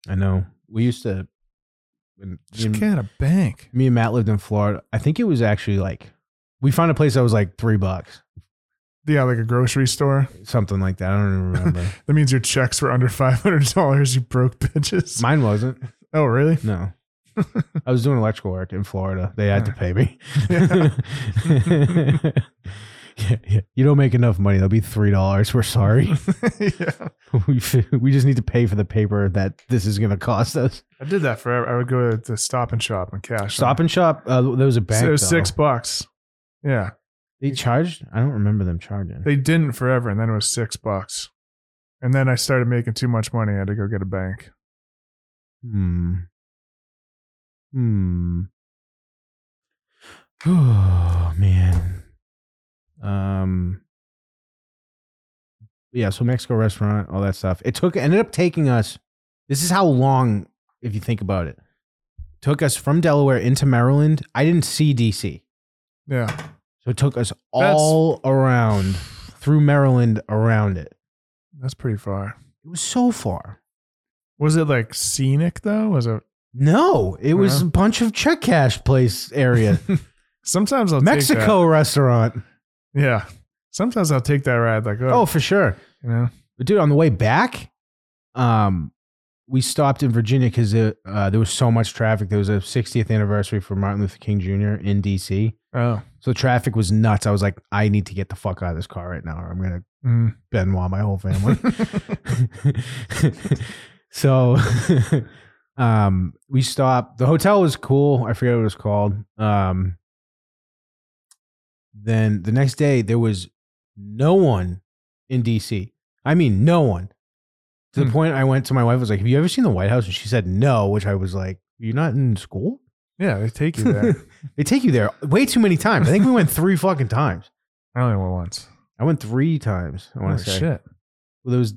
[SPEAKER 2] I know. We used to When me,
[SPEAKER 1] Just
[SPEAKER 2] and,
[SPEAKER 1] get a bank.
[SPEAKER 2] me and Matt lived in Florida. I think it was actually like we found a place that was like three bucks,
[SPEAKER 1] Yeah, like a grocery store.
[SPEAKER 2] something like that. I don't even
[SPEAKER 1] [LAUGHS]
[SPEAKER 2] remember.
[SPEAKER 1] That means your checks were under five hundred dollars. You broke bitches.
[SPEAKER 2] Mine wasn't.
[SPEAKER 1] oh,
[SPEAKER 2] [LAUGHS]
[SPEAKER 1] really?
[SPEAKER 2] No. I was doing electrical work in Florida. They had to pay [LAUGHS] me.
[SPEAKER 1] Yeah.
[SPEAKER 2] yeah, yeah. You don't make enough money. That'll be three dollars. We're [LAUGHS] sorry.
[SPEAKER 1] yeah.
[SPEAKER 2] we we just need to pay for the paper that this is going to cost us.
[SPEAKER 1] I did that forever. I would go to the Stop and Shop and cash.
[SPEAKER 2] Stop and Shop. Uh, there was a bank.
[SPEAKER 1] So it was
[SPEAKER 2] though.
[SPEAKER 1] six bucks. Yeah,
[SPEAKER 2] They charged. I don't remember them charging.
[SPEAKER 1] they didn't forever, and then it was six bucks. And then I started making too much money. I had to go get a bank.
[SPEAKER 2] hmm. Hmm. Oh man. Um. Yeah. So Mexico restaurant, all that stuff. It took. Ended up taking us. This is how long, if you think about it, took us from Delaware into Maryland. I didn't see DC.
[SPEAKER 1] Yeah,
[SPEAKER 2] So it took us all around through Maryland around it.
[SPEAKER 1] that's pretty far.
[SPEAKER 2] It was so far.
[SPEAKER 1] Was it like scenic though? Was it?
[SPEAKER 2] No, it was
[SPEAKER 1] Uh-huh.
[SPEAKER 2] a bunch of check cash place area.
[SPEAKER 1] [LAUGHS] Sometimes I'll take that.
[SPEAKER 2] Mexico restaurant.
[SPEAKER 1] Yeah. Sometimes I'll take that ride. Like
[SPEAKER 2] Oh,
[SPEAKER 1] oh,
[SPEAKER 2] for sure.
[SPEAKER 1] you know.
[SPEAKER 2] But dude, on the way back, um, we stopped in Virginia because uh, there was so much traffic. There was a 60th anniversary for Martin Luther King Jr. in DC.
[SPEAKER 1] Oh.
[SPEAKER 2] So traffic was nuts. I was like, I need to get the fuck out of this car right now, or I'm gonna
[SPEAKER 1] Mm.
[SPEAKER 2] Benoit my whole family. [LAUGHS] so um we stopped. The hotel was cool. I forget what it was called. Um then the next day there was no one in DC. I mean no one. To the
[SPEAKER 1] Hmm.
[SPEAKER 2] point I went to my wife, I was like, Have you ever seen the White House? And she said no, which I was like, You're not in school?
[SPEAKER 1] [LAUGHS] [LAUGHS] Yeah, they take
[SPEAKER 2] [LAUGHS]
[SPEAKER 1] you there.
[SPEAKER 2] They take you there way too many times. I think we went
[SPEAKER 1] [LAUGHS]
[SPEAKER 2] three fucking times.
[SPEAKER 1] I only went once.
[SPEAKER 2] I went three times, I
[SPEAKER 1] Oh
[SPEAKER 2] want to say.
[SPEAKER 1] shit!
[SPEAKER 2] Well, there was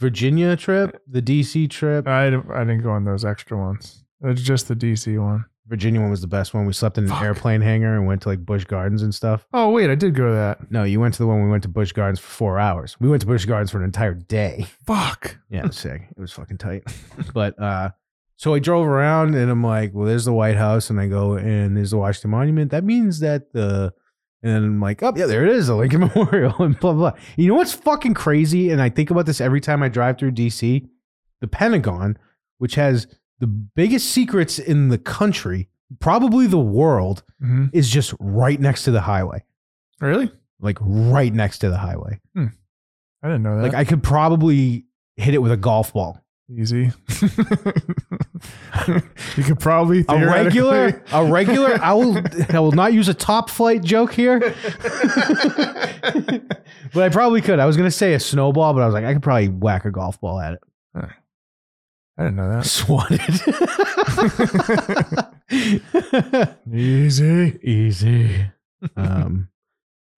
[SPEAKER 2] Virginia trip, the DC trip.
[SPEAKER 1] I, d- I didn't go on those extra ones. It's just the DC one.
[SPEAKER 2] Virginia one was the best one. We slept in an
[SPEAKER 1] Fuck.
[SPEAKER 2] airplane hangar and went to like Busch Gardens and stuff.
[SPEAKER 1] Oh wait, I did go to that.
[SPEAKER 2] No, you went to the one we went to Busch Gardens for four hours. We went to Busch Gardens for an entire day.
[SPEAKER 1] Fuck.
[SPEAKER 2] [LAUGHS] Yeah, it was sick. It was fucking tight. [LAUGHS] But uh, so I drove around and I'm like, well, there's the White House, and I go and there's the Washington Monument. That means that the and then I'm like, oh yeah, there it is, the Lincoln [LAUGHS] Memorial, and blah blah. You know what's fucking crazy? And I think about this every time I drive through D.C. The Pentagon, which has the biggest secrets in the country, probably the world,
[SPEAKER 1] hmm
[SPEAKER 2] is just right next to the highway.
[SPEAKER 1] Really?
[SPEAKER 2] Like right next to the highway.
[SPEAKER 1] I didn't know that.
[SPEAKER 2] Like I could probably hit it with a golf ball.
[SPEAKER 1] Easy. [LAUGHS] you could probably
[SPEAKER 2] a regular
[SPEAKER 1] theoretically-
[SPEAKER 2] a regular i will i will not use a top flight joke here but i probably could i was going to say a snowball but i was like i could probably whack a golf ball at it
[SPEAKER 1] [LAUGHS] I didn't know that.
[SPEAKER 2] swat it
[SPEAKER 1] Easy.
[SPEAKER 2] easy [LAUGHS] um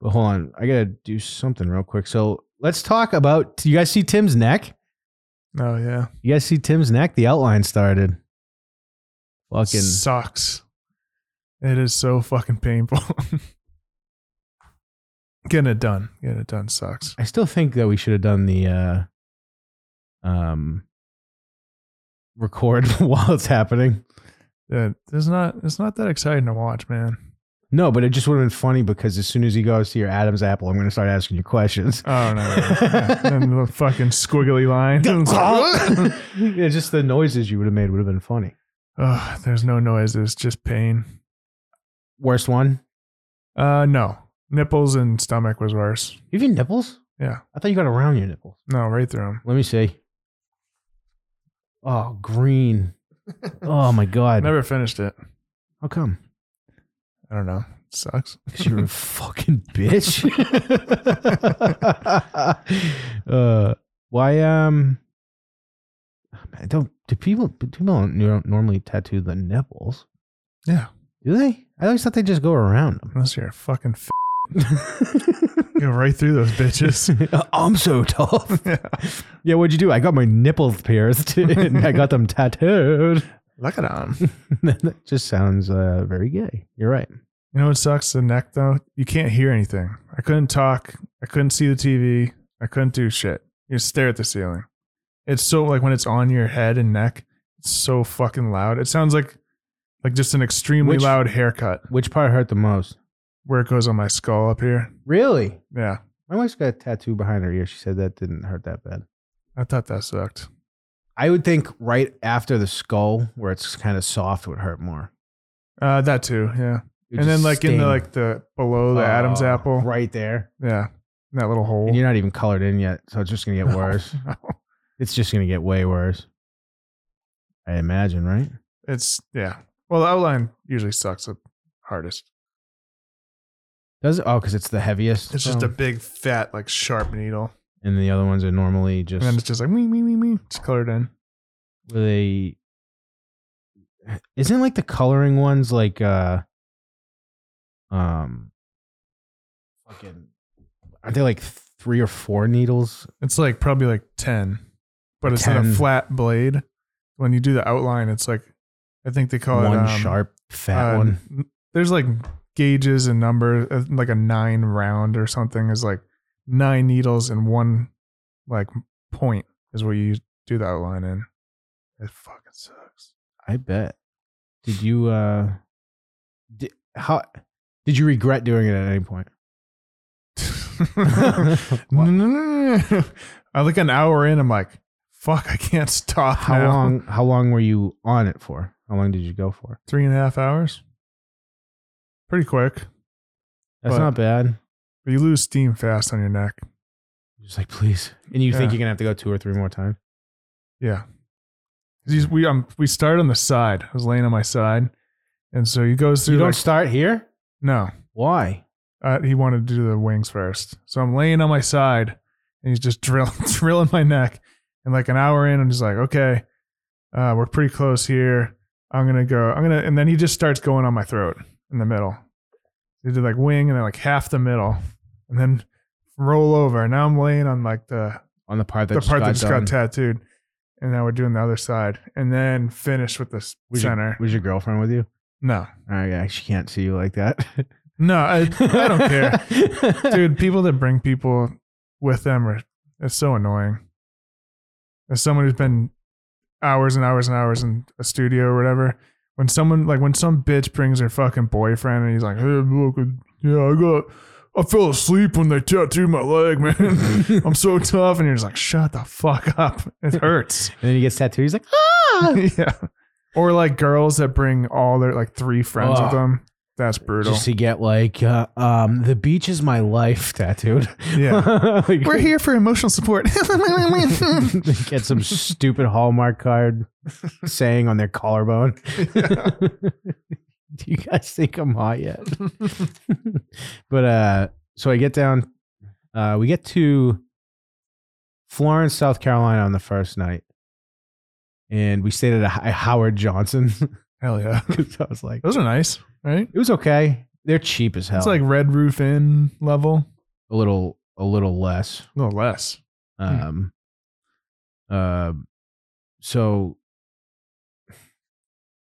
[SPEAKER 2] but hold on i gotta do something real quick so let's talk about do you guys see tim's neck
[SPEAKER 1] Oh yeah.
[SPEAKER 2] you guys see tim's neck the outline started fucking
[SPEAKER 1] sucks. It is so fucking painful. [LAUGHS] Getting it done. Getting it done sucks.
[SPEAKER 2] I still think that we should have done the uh um record [LAUGHS] while it's happening.
[SPEAKER 1] Yeah, it's not it's not that exciting to watch, man.
[SPEAKER 2] No, but it just would have been funny because as soon as he goes to your Adam's apple, I'm gonna start asking you questions. [LAUGHS]
[SPEAKER 1] Oh no. Yeah. and the fucking squiggly line.
[SPEAKER 2] yeah, just the noises you would have made would have been funny.
[SPEAKER 1] Ugh, there's no noises, just pain.
[SPEAKER 2] Worst one?
[SPEAKER 1] Uh no. Nipples and stomach was worse.
[SPEAKER 2] You have your nipples?
[SPEAKER 1] Yeah.
[SPEAKER 2] I thought you got around your nipples.
[SPEAKER 1] No, right through them.
[SPEAKER 2] Let me see. Oh, green. Oh my
[SPEAKER 1] I
[SPEAKER 2] god.
[SPEAKER 1] never finished it.
[SPEAKER 2] How come?
[SPEAKER 1] I don't know. sucks.
[SPEAKER 2] Because you're a fucking bitch. [LAUGHS] uh, why? Um, I don't. Do people? do People don't nor- normally tattoo the nipples,
[SPEAKER 1] Yeah.
[SPEAKER 2] do they? I always thought they just go around
[SPEAKER 1] [LAUGHS] Unless you're a fucking f-
[SPEAKER 2] them.
[SPEAKER 1] you go right through those bitches.
[SPEAKER 2] [LAUGHS] I'm so tough.
[SPEAKER 1] yeah.
[SPEAKER 2] [LAUGHS] Yeah, what'd you do? I got my nipples pierced [LAUGHS] and I got them tattooed.
[SPEAKER 1] [LAUGHS]
[SPEAKER 2] [LAUGHS]
[SPEAKER 1] Look at them.
[SPEAKER 2] that just sounds uh, very gay. You're right.
[SPEAKER 1] You know what sucks? The neck though. You can't hear anything. I couldn't talk. I couldn't see the TV. I couldn't do shit. You just stare at the ceiling. It's so like when it's on your head and neck, it's so fucking loud. It sounds like like just an extremely
[SPEAKER 2] Which-
[SPEAKER 1] loud haircut
[SPEAKER 2] Which part hurt the most?
[SPEAKER 1] where it goes on my skull up here.
[SPEAKER 2] Really?
[SPEAKER 1] Yeah,
[SPEAKER 2] My wife's got a tattoo behind her ear. She said that didn't hurt that bad.
[SPEAKER 1] I thought that sucked.
[SPEAKER 2] I would think right after the skull, where it's kind of soft, would hurt more.
[SPEAKER 1] Uh, that too. Yeah,
[SPEAKER 2] It would
[SPEAKER 1] and then
[SPEAKER 2] just
[SPEAKER 1] like in the
[SPEAKER 2] sting.
[SPEAKER 1] like the below the Adam's
[SPEAKER 2] Oh,
[SPEAKER 1] apple.
[SPEAKER 2] right there,
[SPEAKER 1] Yeah, in that little hole.
[SPEAKER 2] and you're not even colored in yet, so it's just gonna
[SPEAKER 1] [LAUGHS]
[SPEAKER 2] get worse. It's just gonna get way worse. I imagine, right?
[SPEAKER 1] It's yeah. Well, the outline usually sucks the hardest.
[SPEAKER 2] Does it? Oh, because it's the heaviest.
[SPEAKER 1] It's just a
[SPEAKER 2] bone,
[SPEAKER 1] big fat like sharp needle,
[SPEAKER 2] and the other ones are normally
[SPEAKER 1] and then it's
[SPEAKER 2] just
[SPEAKER 1] just like me me me me. It's colored in.
[SPEAKER 2] with a. [SIGHS] Isn't like the coloring ones like uh, um, fucking, are they like three or four needles?
[SPEAKER 1] It's like probably like ten, but it's not a
[SPEAKER 2] 10.
[SPEAKER 1] flat blade. When you do the outline, it's like I think they call
[SPEAKER 2] one
[SPEAKER 1] it um,
[SPEAKER 2] sharp fat
[SPEAKER 1] uh,
[SPEAKER 2] one.
[SPEAKER 1] n- There's like gauges and numbers, uh, like a nine round or something is like nine needles and one like point is what you do the outline in. It fucking sucks.
[SPEAKER 2] [LAUGHS]
[SPEAKER 1] [LAUGHS]
[SPEAKER 2] I bet. Did you uh did, how did you regret doing it at any
[SPEAKER 1] [LAUGHS]
[SPEAKER 2] point? [LAUGHS]
[SPEAKER 1] no, no, no, no, no. I like an hour in, I'm like, fuck, I can't stop.
[SPEAKER 2] How
[SPEAKER 1] now.
[SPEAKER 2] long how long were you on it for? How long did you go for?
[SPEAKER 1] Three and a half hours. Pretty quick.
[SPEAKER 2] That's
[SPEAKER 1] But-
[SPEAKER 2] not bad.
[SPEAKER 1] But you lose steam fast on your neck.
[SPEAKER 2] Just like please. And you
[SPEAKER 1] Yeah.
[SPEAKER 2] think you're gonna have to go two or three more times?
[SPEAKER 1] Yeah. 'Cause you- We um we started on the side. I was laying on my side, and so he goes through.
[SPEAKER 2] you don't
[SPEAKER 1] like-
[SPEAKER 2] start here?
[SPEAKER 1] no,
[SPEAKER 2] Why?
[SPEAKER 1] uh, he wanted to do the wings first. So I'm laying on my side, and he's just [LAUGHS] drilling drilling my neck. And like an hour in, I'm just like, okay, uh, we're pretty close here. I'm gonna go. I'm gonna, and then he just starts going on my throat in the middle. He did like wing, and then like half the middle, and then roll over. And now I'm laying on like the
[SPEAKER 2] On the part that
[SPEAKER 1] the
[SPEAKER 2] just
[SPEAKER 1] part
[SPEAKER 2] got
[SPEAKER 1] that just
[SPEAKER 2] done.
[SPEAKER 1] got tattooed, and now we're doing the other side, and then finish with the s-
[SPEAKER 2] was, your,
[SPEAKER 1] center.
[SPEAKER 2] was your girlfriend with you?
[SPEAKER 1] no,
[SPEAKER 2] All right, yeah, she can't see you like that.
[SPEAKER 1] no, I, [LAUGHS] I
[SPEAKER 2] [LAUGHS]
[SPEAKER 1] don't care,
[SPEAKER 2] Dude.
[SPEAKER 1] dude. People that bring people with them are it's so annoying. As someone who's been hours and hours and hours in a studio or whatever, when someone like when some bitch brings her fucking boyfriend and he's like, "Hey, look, yeah, I got." I fell asleep when they tattooed my leg, man.
[SPEAKER 2] [LAUGHS]
[SPEAKER 1] I'm so tough. And you're just like, shut the fuck up. It hurts.
[SPEAKER 2] And then he gets tattooed, he's like,
[SPEAKER 1] [LAUGHS] yeah. Or like girls that bring all their like three friends with
[SPEAKER 2] Ugh.
[SPEAKER 1] them. That's brutal.
[SPEAKER 2] Just to get like, uh, um, the beach is my life [LAUGHS] tattooed.
[SPEAKER 1] [LAUGHS]
[SPEAKER 2] [LAUGHS]
[SPEAKER 1] Yeah.
[SPEAKER 2] Like,
[SPEAKER 1] for
[SPEAKER 2] [LAUGHS]
[SPEAKER 1] emotional support.
[SPEAKER 2] get some stupid Hallmark
[SPEAKER 1] [LAUGHS]
[SPEAKER 2] card saying on their collarbone. [LAUGHS] Do you guys think I'm hot yet? [LAUGHS] but uh, so I get down. Uh, we get to Florence, South Carolina on the first night. And we stayed at a Hi- Howard Johnson. [LAUGHS]
[SPEAKER 1] Hell yeah.
[SPEAKER 2] 'Cause I was like,
[SPEAKER 1] Those are nice, right?
[SPEAKER 2] it was okay. They're cheap as hell.
[SPEAKER 1] It's like Red Roof Inn level.
[SPEAKER 2] a little, a little less.
[SPEAKER 1] A little less.
[SPEAKER 2] Um, um, so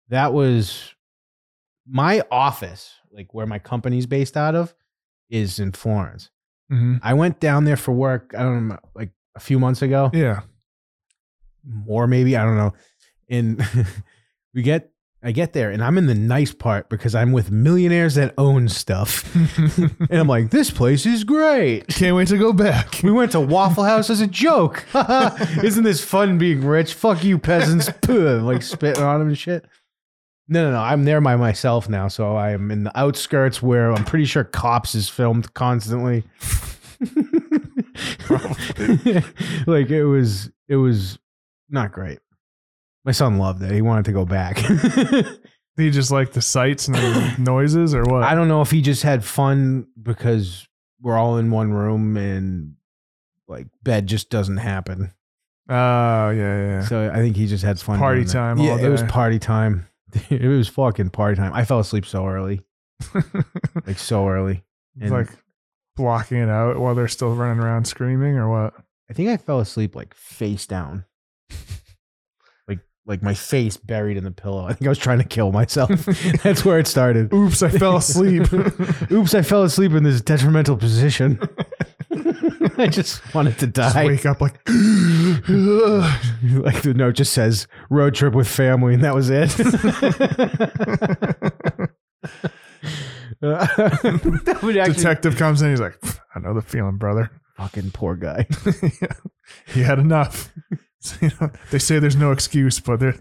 [SPEAKER 2] that was my office, like where my company's based out of, is in Florence.
[SPEAKER 1] hmm
[SPEAKER 2] I went down there for work. I don't know, like a few months ago,
[SPEAKER 1] Yeah.
[SPEAKER 2] or maybe I don't know. And [LAUGHS] we get, I get there, and I'm in the nice part because I'm with millionaires that own stuff, [LAUGHS] and I'm like, this place is great.
[SPEAKER 1] Can't wait to go back. [LAUGHS]
[SPEAKER 2] [LAUGHS] We went to Waffle House as a joke. [LAUGHS] Isn't this fun being rich? Fuck you, peasants. [LAUGHS] Puh, like spitting on them and shit. No, no, no. I'm there by myself now. So I am in the outskirts where I'm pretty sure Cops is filmed constantly. [LAUGHS] like it was, it was not great. My son loved it. He wanted to go back. [LAUGHS]
[SPEAKER 1] Do you just like the sights and the noises or what?
[SPEAKER 2] I don't know if he just had fun because we're all in one room and like bed just doesn't happen.
[SPEAKER 1] Oh, yeah, yeah. yeah.
[SPEAKER 2] So I think he just had fun.
[SPEAKER 1] party
[SPEAKER 2] doing that.
[SPEAKER 1] time all
[SPEAKER 2] Yeah, it was
[SPEAKER 1] day.
[SPEAKER 2] party time. [LAUGHS] It was fucking party time. I fell asleep so
[SPEAKER 1] [LAUGHS]
[SPEAKER 2] early, like so early.
[SPEAKER 1] It's like blocking it out while they're still running around screaming or what?
[SPEAKER 2] I think I fell asleep like face
[SPEAKER 1] [LAUGHS]
[SPEAKER 2] down, like like my face buried in the pillow. I think I was trying to kill
[SPEAKER 1] [LAUGHS]
[SPEAKER 2] myself. [LAUGHS] That's where it started.
[SPEAKER 1] Oops,
[SPEAKER 2] [LAUGHS]
[SPEAKER 1] I fell [LAUGHS] asleep.
[SPEAKER 2] Oops! I fell asleep in this detrimental position. [LAUGHS] I just wanted to
[SPEAKER 1] Just
[SPEAKER 2] die. [LAUGHS]
[SPEAKER 1] wake up like
[SPEAKER 2] like
[SPEAKER 1] [GASPS]
[SPEAKER 2] the note just says, road trip with family, and that was it. [LAUGHS] that would actually
[SPEAKER 1] Detective comes in. He's like, I know the feeling, brother. [LAUGHS]
[SPEAKER 2] fucking poor guy. [LAUGHS]
[SPEAKER 1] He had enough. [LAUGHS] So, you know, they say there's no excuse, but there.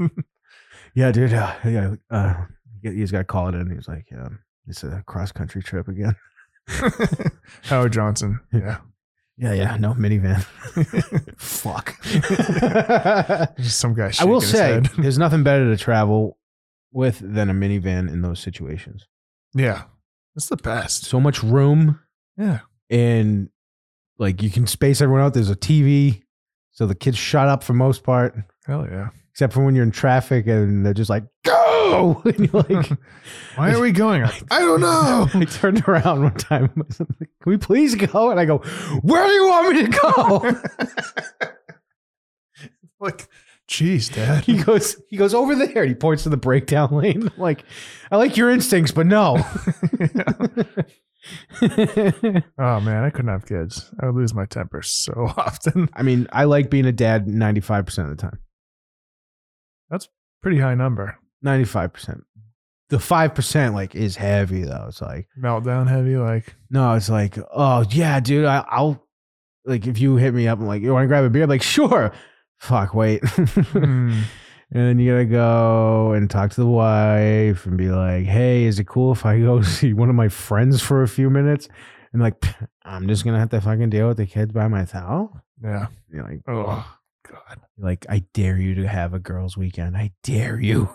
[SPEAKER 1] [LAUGHS]
[SPEAKER 2] Yeah, dude. Uh, yeah, uh, he just got to call it in. He was like, yeah, it's a cross country trip again.
[SPEAKER 1] Howard Johnson. Yeah.
[SPEAKER 2] Yeah, yeah, no minivan. [LAUGHS] Fuck.
[SPEAKER 1] Just some guy.
[SPEAKER 2] [LAUGHS] I will
[SPEAKER 1] shaking his
[SPEAKER 2] say,
[SPEAKER 1] head.
[SPEAKER 2] there's nothing better to travel with than a minivan in those situations.
[SPEAKER 1] Yeah. It's the best.
[SPEAKER 2] So much room,
[SPEAKER 1] Yeah.
[SPEAKER 2] and like you can space everyone out. There's a TV, so the kids shut up for most part,
[SPEAKER 1] Hell yeah.
[SPEAKER 2] except for when you're in traffic and they're just like, "Go!" [LAUGHS] And you're like,
[SPEAKER 1] Why are we going? I don't know.
[SPEAKER 2] [LAUGHS] I turned around one time. [LAUGHS] and I was like, Can we please go? And I go, Where do you want me to go?
[SPEAKER 1] [LAUGHS]
[SPEAKER 2] [LAUGHS]
[SPEAKER 1] Like, jeez, Dad.
[SPEAKER 2] he goes, he goes over there. He points to the breakdown [LAUGHS] lane. I'm like, I like your instincts, but no. [LAUGHS]
[SPEAKER 1] Oh man, I couldn't have kids. I would lose my temper so [LAUGHS] often.
[SPEAKER 2] I mean, I like being a dad 95% of the time.
[SPEAKER 1] Pretty high number.
[SPEAKER 2] 95%. The 5% like is heavy though. It's like,
[SPEAKER 1] Meltdown heavy. Like,
[SPEAKER 2] no, it's like, oh yeah, dude, I, I'll like if you hit me up and like, you want to grab a beer? I'm like, sure. Fuck, wait.
[SPEAKER 1] hmm,
[SPEAKER 2] [LAUGHS] And then you gotta go and talk to the wife and be like, hey, is it cool if I go [LAUGHS] see one of my friends for a few minutes? And like, "Pff, I'm just gonna have to fucking deal with the kids by myself.
[SPEAKER 1] yeah.
[SPEAKER 2] You're like,
[SPEAKER 1] Oh God.
[SPEAKER 2] like, I dare you to have a girls' weekend. I dare you.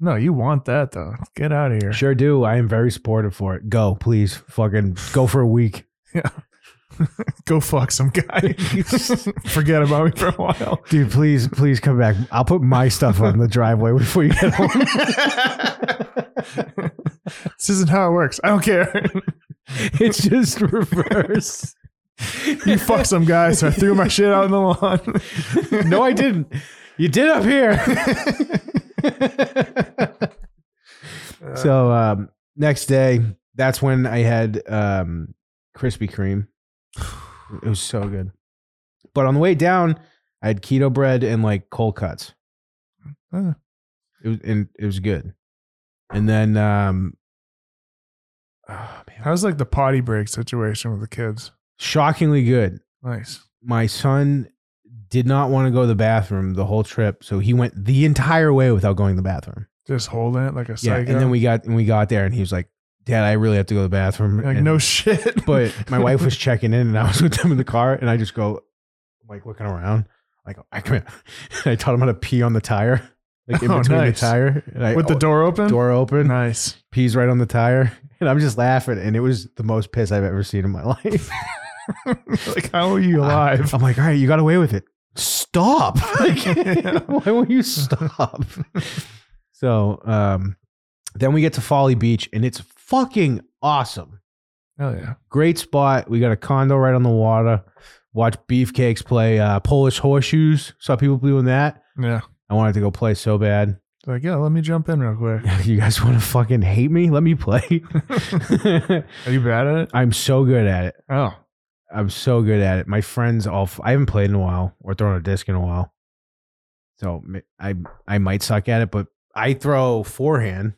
[SPEAKER 1] No, you want that though. Get out of here.
[SPEAKER 2] Sure do. I am very supportive for it. Go, please. Fucking go for a week.
[SPEAKER 1] Go fuck some
[SPEAKER 2] [LAUGHS]
[SPEAKER 1] guy. Forget about me for a while.
[SPEAKER 2] Dude, please, please come back. I'll put my stuff on the driveway before you [LAUGHS] get home.
[SPEAKER 1] This isn't how it works. I don't care.
[SPEAKER 2] [LAUGHS] it's just reverse.
[SPEAKER 1] you fucked some guy, so I threw my shit out on the lawn.
[SPEAKER 2] [LAUGHS]
[SPEAKER 1] [LAUGHS]
[SPEAKER 2] No, I didn't. You did up here. [LAUGHS] so um, next day, that's when I had um, Krispy Kreme. It was so good. But on the way down, I had keto bread and like cold cuts.
[SPEAKER 1] Huh.
[SPEAKER 2] It was and it was good. And then um, oh, man,
[SPEAKER 1] How's like the potty break situation with the kids?
[SPEAKER 2] shockingly good.
[SPEAKER 1] Nice.
[SPEAKER 2] my son did not want to go to the bathroom the whole trip, so he went the entire way without going to the bathroom.
[SPEAKER 1] Just holding it like a
[SPEAKER 2] yeah,
[SPEAKER 1] psycho.
[SPEAKER 2] and then we got and we got there, and he was like, "Dad, I really have to go to the bathroom."
[SPEAKER 1] like
[SPEAKER 2] And- [LAUGHS]
[SPEAKER 1] no shit.
[SPEAKER 2] but
[SPEAKER 1] [LAUGHS]
[SPEAKER 2] my wife was checking in, and I was with them in the car, and I just go, I'm like looking around, like I come in. [LAUGHS] I taught him how to pee on the tire, like in
[SPEAKER 1] Oh,
[SPEAKER 2] between
[SPEAKER 1] nice.
[SPEAKER 2] the tire, and I,
[SPEAKER 1] with the
[SPEAKER 2] oh,
[SPEAKER 1] door open.
[SPEAKER 2] door open,
[SPEAKER 1] Nice.
[SPEAKER 2] pees right on the tire, [LAUGHS] and I'm just laughing, and it was the most piss I've ever seen in my [LAUGHS]
[SPEAKER 1] [LAUGHS]
[SPEAKER 2] life.
[SPEAKER 1] Like how are you
[SPEAKER 2] Ah.
[SPEAKER 1] alive?
[SPEAKER 2] I'm like, all right, you got away with it. [LAUGHS] Stop. Like, why won't you stop? [LAUGHS] so um, then we get to Folly Beach and it's fucking awesome.
[SPEAKER 1] Hell yeah.
[SPEAKER 2] Great spot. We got a condo right on the water. Watch Beefcakes play uh, Polish horseshoes. Saw people doing that.
[SPEAKER 1] Yeah.
[SPEAKER 2] I wanted to go play so bad. [LAUGHS]
[SPEAKER 1] Like yeah. Let me jump in real quick.
[SPEAKER 2] You guys want to fucking hate me? Let me play. [LAUGHS]
[SPEAKER 1] Are you bad at it?
[SPEAKER 2] I'm so good at it.
[SPEAKER 1] Oh.
[SPEAKER 2] I'm so good at it. My friends all f- I haven't played in a while or thrown a disc in a while. So m- I I might suck at it, but I throw forehand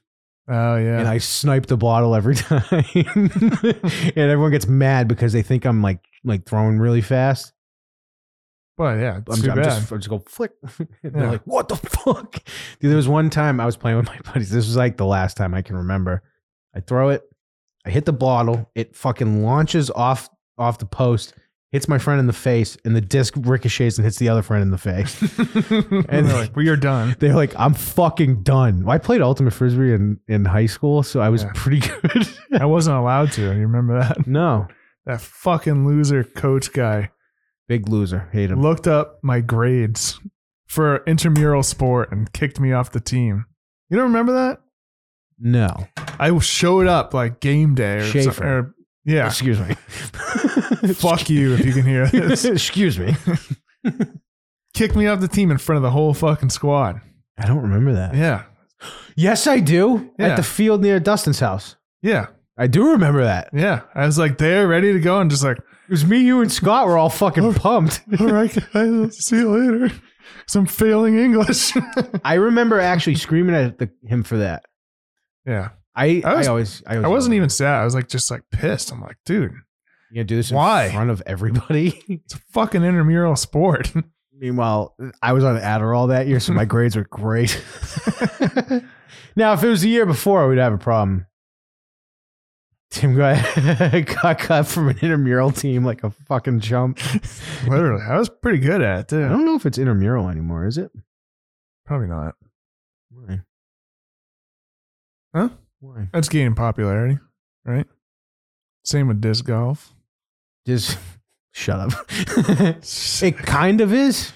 [SPEAKER 1] Oh yeah.
[SPEAKER 2] and I snipe the bottle every [LAUGHS] time. and everyone gets mad because they think I'm like like throwing really fast.
[SPEAKER 1] but yeah, it's
[SPEAKER 2] I'm,
[SPEAKER 1] too
[SPEAKER 2] I'm
[SPEAKER 1] bad. [LAUGHS]
[SPEAKER 2] just I'm just go flick. [LAUGHS] And They're
[SPEAKER 1] Yeah.
[SPEAKER 2] like, "What the fuck?" [LAUGHS] Dude, there was one time I was playing with my [LAUGHS] buddies. This was like the last time I can remember. I throw it. I hit the bottle. It fucking launches off off the post. Hits my friend in the face, and the disc ricochets and hits the other friend in the [LAUGHS] face.
[SPEAKER 1] and they're like, we are done. [LAUGHS]
[SPEAKER 2] They're like, "I'm fucking done." Well, I played ultimate frisbee in in high school, so I was
[SPEAKER 1] Yeah.
[SPEAKER 2] pretty [LAUGHS] good.
[SPEAKER 1] I wasn't allowed to. You remember that? [LAUGHS]
[SPEAKER 2] no,
[SPEAKER 1] That fucking loser coach guy
[SPEAKER 2] big loser. Hate him.
[SPEAKER 1] looked up my grades for intramural sport and kicked me off the team. You don't remember that?
[SPEAKER 2] No,
[SPEAKER 1] I showed up like game day or, some-
[SPEAKER 2] Schaefer.
[SPEAKER 1] or-
[SPEAKER 2] [LAUGHS]
[SPEAKER 1] yeah.
[SPEAKER 2] excuse me.
[SPEAKER 1] Fuck you if you
[SPEAKER 2] [LAUGHS]
[SPEAKER 1] can hear this.
[SPEAKER 2] excuse [LAUGHS] me.
[SPEAKER 1] Kicked me off the team in front of the whole fucking squad.
[SPEAKER 2] I don't remember that.
[SPEAKER 1] Yeah.
[SPEAKER 2] Yes, I do.
[SPEAKER 1] Yeah.
[SPEAKER 2] At the field near Dustin's house.
[SPEAKER 1] Yeah.
[SPEAKER 2] I do remember that.
[SPEAKER 1] Yeah. I was like there ready to go and just like, [LAUGHS]
[SPEAKER 2] It was me, you, and Scott were all fucking pumped.
[SPEAKER 1] all right, guys, I'll see you later. [LAUGHS] Some failing English. [LAUGHS]
[SPEAKER 2] I remember actually screaming at the, him for that.
[SPEAKER 1] yeah.
[SPEAKER 2] I
[SPEAKER 1] I
[SPEAKER 2] I,
[SPEAKER 1] was-
[SPEAKER 2] always I,
[SPEAKER 1] I wasn't even sad. I was like just like pissed. I'm like, dude,
[SPEAKER 2] you know, do this in
[SPEAKER 1] Why?
[SPEAKER 2] front of everybody. [LAUGHS]
[SPEAKER 1] it's a fucking intramural sport. [LAUGHS]
[SPEAKER 2] Meanwhile, I was on Adderall that year, so my grades were great. [LAUGHS] now, if it was the year before, I would have a problem. Tim got [LAUGHS] got cut from an intramural team like a fucking chump.
[SPEAKER 1] Literally. I was pretty good at it,
[SPEAKER 2] I [LAUGHS]
[SPEAKER 1] too.
[SPEAKER 2] don't know if it's intramural anymore, is it?
[SPEAKER 1] Probably not.
[SPEAKER 2] Why?
[SPEAKER 1] Huh?
[SPEAKER 2] Why?
[SPEAKER 1] That's gaining popularity, right? Same with disc golf.
[SPEAKER 2] Just [LAUGHS] shut up. [LAUGHS] it kind of is,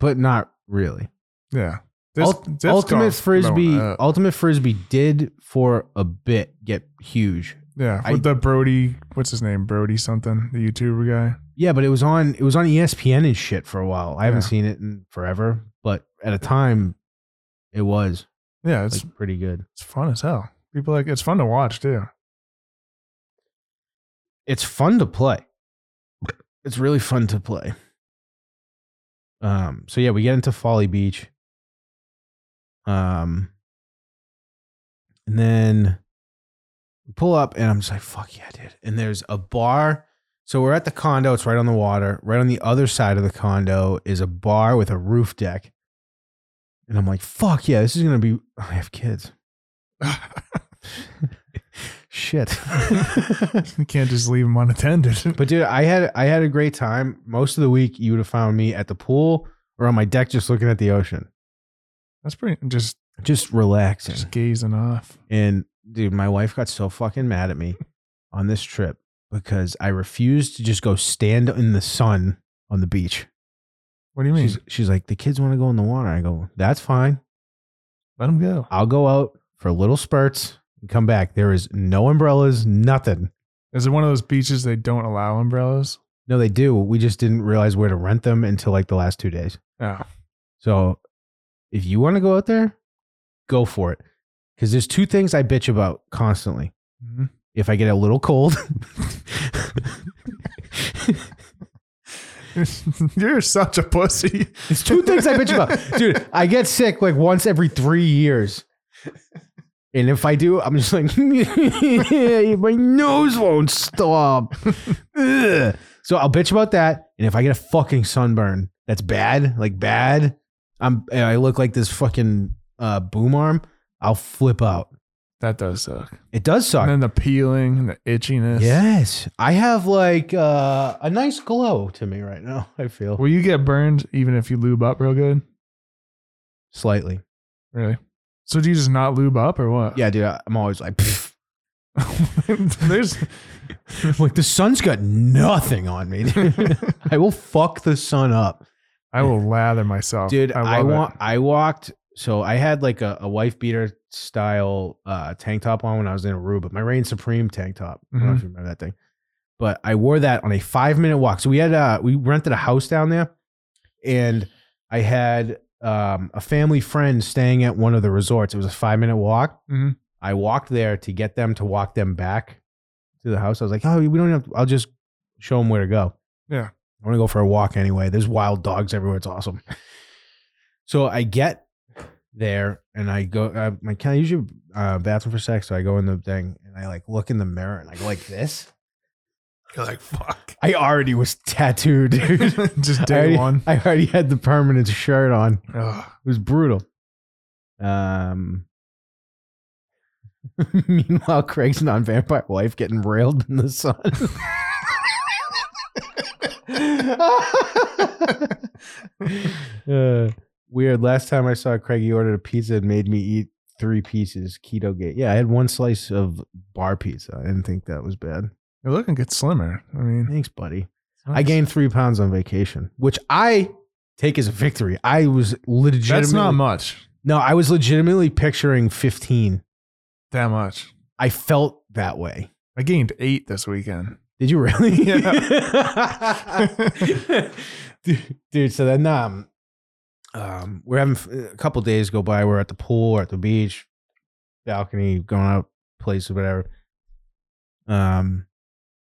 [SPEAKER 2] but not really.
[SPEAKER 1] Yeah.
[SPEAKER 2] Ult-
[SPEAKER 1] Disc- disc
[SPEAKER 2] ultimate
[SPEAKER 1] golf's blowing
[SPEAKER 2] frisbee,
[SPEAKER 1] up.
[SPEAKER 2] ultimate frisbee did for a bit get huge.
[SPEAKER 1] Yeah,
[SPEAKER 2] I-
[SPEAKER 1] with the Brody, what's his name? Brody something, the YouTuber guy.
[SPEAKER 2] Yeah, but it was on it was on E ESPN and shit for a while. I haven't
[SPEAKER 1] Yeah.
[SPEAKER 2] seen it in forever, but at a time, it was
[SPEAKER 1] Yeah, it's
[SPEAKER 2] like pretty good.
[SPEAKER 1] it's fun as hell. People like it's fun to watch too. [LAUGHS]
[SPEAKER 2] It's fun to play. It's really fun to play. Um. So yeah, we get into Folly Beach. Um. And then we pull up, and I'm just like, "Fuck yeah, dude!" And there's a bar. So we're at the condo. It's right on the water. Right on the other side of the condo is a bar with a roof deck. And I'm like, "Fuck yeah, this is gonna be." I have kids. [LAUGHS] Shit.
[SPEAKER 1] you can't just leave them unattended. [LAUGHS]
[SPEAKER 2] But dude, I had I had a great time. Most of the week, you would have found me at the pool or on my deck, just looking at the ocean,
[SPEAKER 1] That's pretty just
[SPEAKER 2] just relaxing.
[SPEAKER 1] just gazing off.
[SPEAKER 2] And dude, my wife got so fucking mad at me on this trip because I refused to just go stand in the sun on the beach.
[SPEAKER 1] What do you mean?
[SPEAKER 2] She's, she's like, the kids want to go in the water. I go, that's fine.
[SPEAKER 1] Let them go.
[SPEAKER 2] I'll go out for little spurts and come back. There is no umbrellas, nothing.
[SPEAKER 1] Is it one of those beaches they don't allow umbrellas?
[SPEAKER 2] No, they do. We just didn't realize where to rent them until like the last two days.
[SPEAKER 1] Oh,
[SPEAKER 2] So if you want to go out there, go for it. Because there's two things I bitch about constantly.
[SPEAKER 1] Mhm.
[SPEAKER 2] If I get a little cold, [LAUGHS]
[SPEAKER 1] Mm-hmm. [LAUGHS] you're such a pussy.
[SPEAKER 2] there's two things I bitch about.
[SPEAKER 1] [LAUGHS]
[SPEAKER 2] Dude, I get sick like once every three years. And if I do, I'm just like, [LAUGHS] my nose won't stop. [LAUGHS] Ugh. So I'll bitch about that. And if I get a fucking sunburn, that's bad, like bad. I'm, I look like this fucking uh, boom arm. I'll flip out.
[SPEAKER 1] That does suck.
[SPEAKER 2] It does suck.
[SPEAKER 1] And then the peeling and the itchiness.
[SPEAKER 2] Yes, I have like uh, a nice glow to me right now. I feel
[SPEAKER 1] Will you get burned even if you lube up real good?
[SPEAKER 2] slightly.
[SPEAKER 1] Really? So do you just not lube up or what?
[SPEAKER 2] Yeah, dude, I- I'm always like, [LAUGHS] "Pff."
[SPEAKER 1] [LAUGHS] There's
[SPEAKER 2] [LAUGHS] like the sun's got nothing on me. dude. [LAUGHS] I will fuck the sun up,
[SPEAKER 1] I will lather myself.
[SPEAKER 2] dude. I,
[SPEAKER 1] love it.
[SPEAKER 2] want. I walked. So I had like a, a wife beater style uh, tank top on when I was in Aruba. My Reign Supreme tank top. I don't know if you remember that thing, but I wore that on a five minute walk. So we had uh, we rented a house down there. and I had um, a family friend staying at one of the resorts. It was a five minute walk.
[SPEAKER 1] Mhm.
[SPEAKER 2] I walked there to get them to walk them back to the house. I was like, oh, we don't have. I'll just show them where to go.
[SPEAKER 1] Yeah.
[SPEAKER 2] I want to go for a walk anyway. There's wild dogs everywhere. It's awesome. So I get there and I go. Uh, my can I use your uh, bathroom for sex? So I go in the thing and I like look in the mirror and I go like this.
[SPEAKER 1] You're like, fuck.
[SPEAKER 2] I already was tattooed, dude.
[SPEAKER 1] [LAUGHS] Just
[SPEAKER 2] [LAUGHS] I
[SPEAKER 1] day
[SPEAKER 2] already-
[SPEAKER 1] one.
[SPEAKER 2] I already had the permanent shirt on.
[SPEAKER 1] Ugh.
[SPEAKER 2] It was brutal. Um. [LAUGHS] Meanwhile, Craig's non-vampire wife getting railed in the sun. Uh, weird. Last time I saw Craig, he ordered a pizza and made me eat three pieces keto gate. Yeah, I had one slice of bar pizza. I didn't think that was bad.
[SPEAKER 1] You're looking good slimmer. I mean,
[SPEAKER 2] Thanks, buddy. I gained three pounds on vacation, which I take as a victory. I was legitimately
[SPEAKER 1] That's not much.
[SPEAKER 2] no, I was legitimately picturing 15.
[SPEAKER 1] That much.
[SPEAKER 2] I felt that way.
[SPEAKER 1] I gained eight this weekend.
[SPEAKER 2] Did you really?
[SPEAKER 1] Yeah.
[SPEAKER 2] [LAUGHS] dude, dude, so then um, um, we're having f- a couple days go by. We're at the pool, we're at the beach, balcony, going out places, whatever. Um,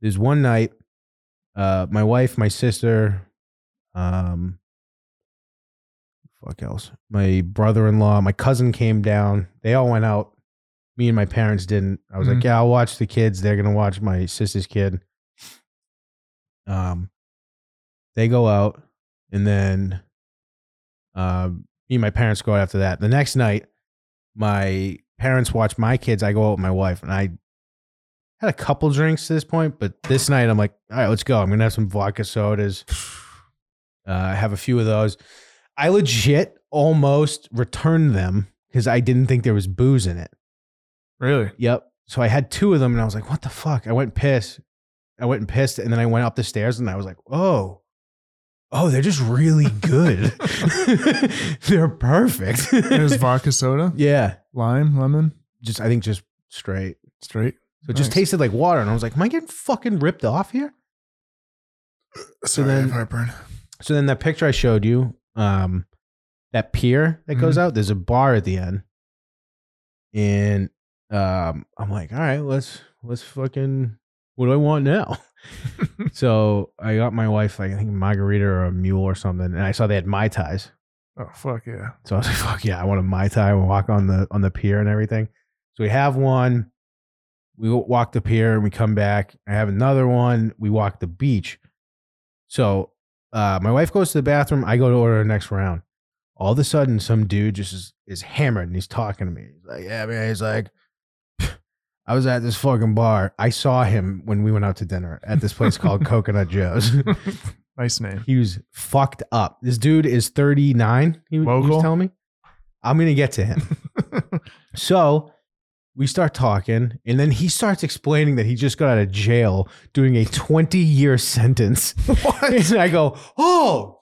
[SPEAKER 2] there's one night, uh, my wife, my sister, um, fuck else. My brother in law, my cousin came down. They all went out. Me and my parents didn't. I was like, yeah, I'll watch the kids. They're gonna watch my sister's kid. Um, they go out, and then, um, me and my parents go out after that. The next night, my parents watch my kids. I go out with my wife, and I had a couple drinks to this point, but this night I'm like, all right, let's go. I'm gonna have some vodka sodas. Uh, have a few of those. I legit almost returned them because I didn't think there was booze in it.
[SPEAKER 1] Really?
[SPEAKER 2] Yep. So I had two of them, and I was like, "What the fuck?" I went and pissed. I went and pissed, and then I went up the stairs, and I was like, "Oh, oh, they're just really good. [LAUGHS] they're perfect." [LAUGHS]
[SPEAKER 1] It was vodka soda,
[SPEAKER 2] yeah.
[SPEAKER 1] lime, lemon,
[SPEAKER 2] Just I think just straight.
[SPEAKER 1] straight.
[SPEAKER 2] So it just
[SPEAKER 1] Nice.
[SPEAKER 2] tasted like water, and I was like, "Am I getting fucking ripped off here?"
[SPEAKER 1] Sorry,
[SPEAKER 2] then-
[SPEAKER 1] I have heartburn.
[SPEAKER 2] So then that picture I showed you, um, that pier that goes out, there's a bar at the end. And um, I'm like, all right, let's let's fucking what do I want now? so I got my wife like I think a margarita or a mule or something, and I saw they had Mai Tais.
[SPEAKER 1] Oh fuck yeah!
[SPEAKER 2] So I was like, [LAUGHS] fuck yeah, I want a Mai Tai and walk on the on the pier and everything. So we have one. We go- walk the pier and we come back. I have another one. We walk the beach. So uh, my wife goes to the bathroom. I go to order the next round. All of a sudden, some dude just is, is hammered and he's talking to me. He's like, yeah, man. He's like, [LAUGHS] I was at this fucking bar. I saw him when we went out to dinner at this place called Coconut Joe's.
[SPEAKER 1] nice name.
[SPEAKER 2] He was fucked up. This dude is 39. He, he was
[SPEAKER 1] Local?
[SPEAKER 2] telling me. I'm gonna get to him. so we start talking, and then he starts explaining that he just got out of jail doing a 20 year sentence. And I go, oh.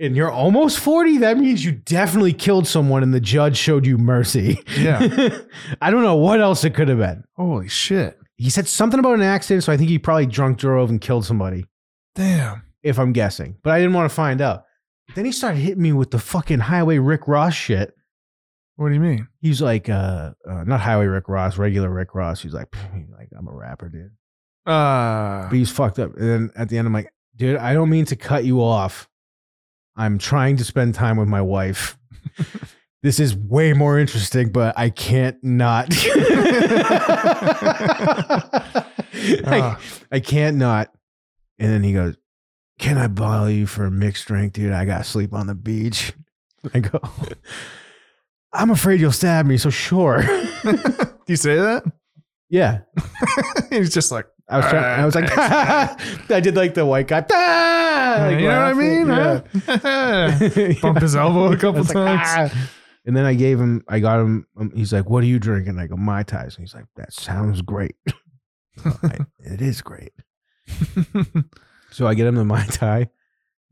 [SPEAKER 2] And you're almost 40? That means you definitely killed someone and the judge showed you mercy.
[SPEAKER 1] Yeah.
[SPEAKER 2] [LAUGHS] I don't know what else it could have been.
[SPEAKER 1] Holy shit!
[SPEAKER 2] He said something about an accident, so I think he probably drunk drove and killed somebody
[SPEAKER 1] Damn.
[SPEAKER 2] if I'm guessing, but I didn't want to find out. Then he started hitting me with the fucking Highway Rick Ross shit.
[SPEAKER 1] What do you mean?
[SPEAKER 2] He's like, uh, uh not Highway Rick Ross, regular Rick Ross. He's like, he's like I'm a rapper, dude.
[SPEAKER 1] Uh
[SPEAKER 2] But
[SPEAKER 1] [LAUGHS]
[SPEAKER 2] he's fucked up. And then at the end, I'm like, dude, I don't mean to cut you off. I'm trying to spend time with my wife. this is way more interesting, but I can't not. [LAUGHS] I,
[SPEAKER 1] [LAUGHS] Ah.
[SPEAKER 2] I can't not. And then he goes, Can I borrow you for a mixed drink, dude? I got to sleep on the beach. [LAUGHS] I go, I'm afraid you'll stab me. So sure. [LAUGHS]
[SPEAKER 1] do you say that?
[SPEAKER 2] yeah.
[SPEAKER 1] [LAUGHS] He's just like,
[SPEAKER 2] I was trying, I was like, [LAUGHS] I did like the white guy. like,
[SPEAKER 1] you know what I mean?
[SPEAKER 2] laughing.
[SPEAKER 1] [LAUGHS] huh?
[SPEAKER 2] [LAUGHS] Yeah.
[SPEAKER 1] Bump his elbow a
[SPEAKER 2] I
[SPEAKER 1] couple
[SPEAKER 2] was like,
[SPEAKER 1] times.
[SPEAKER 2] "Ah." And then I gave him, I got him, um, he's like, What are you drinking? I go, My Tais. And he's like, That sounds great. [LAUGHS] I- it is great. So I get him the [LAUGHS] Mai Tai.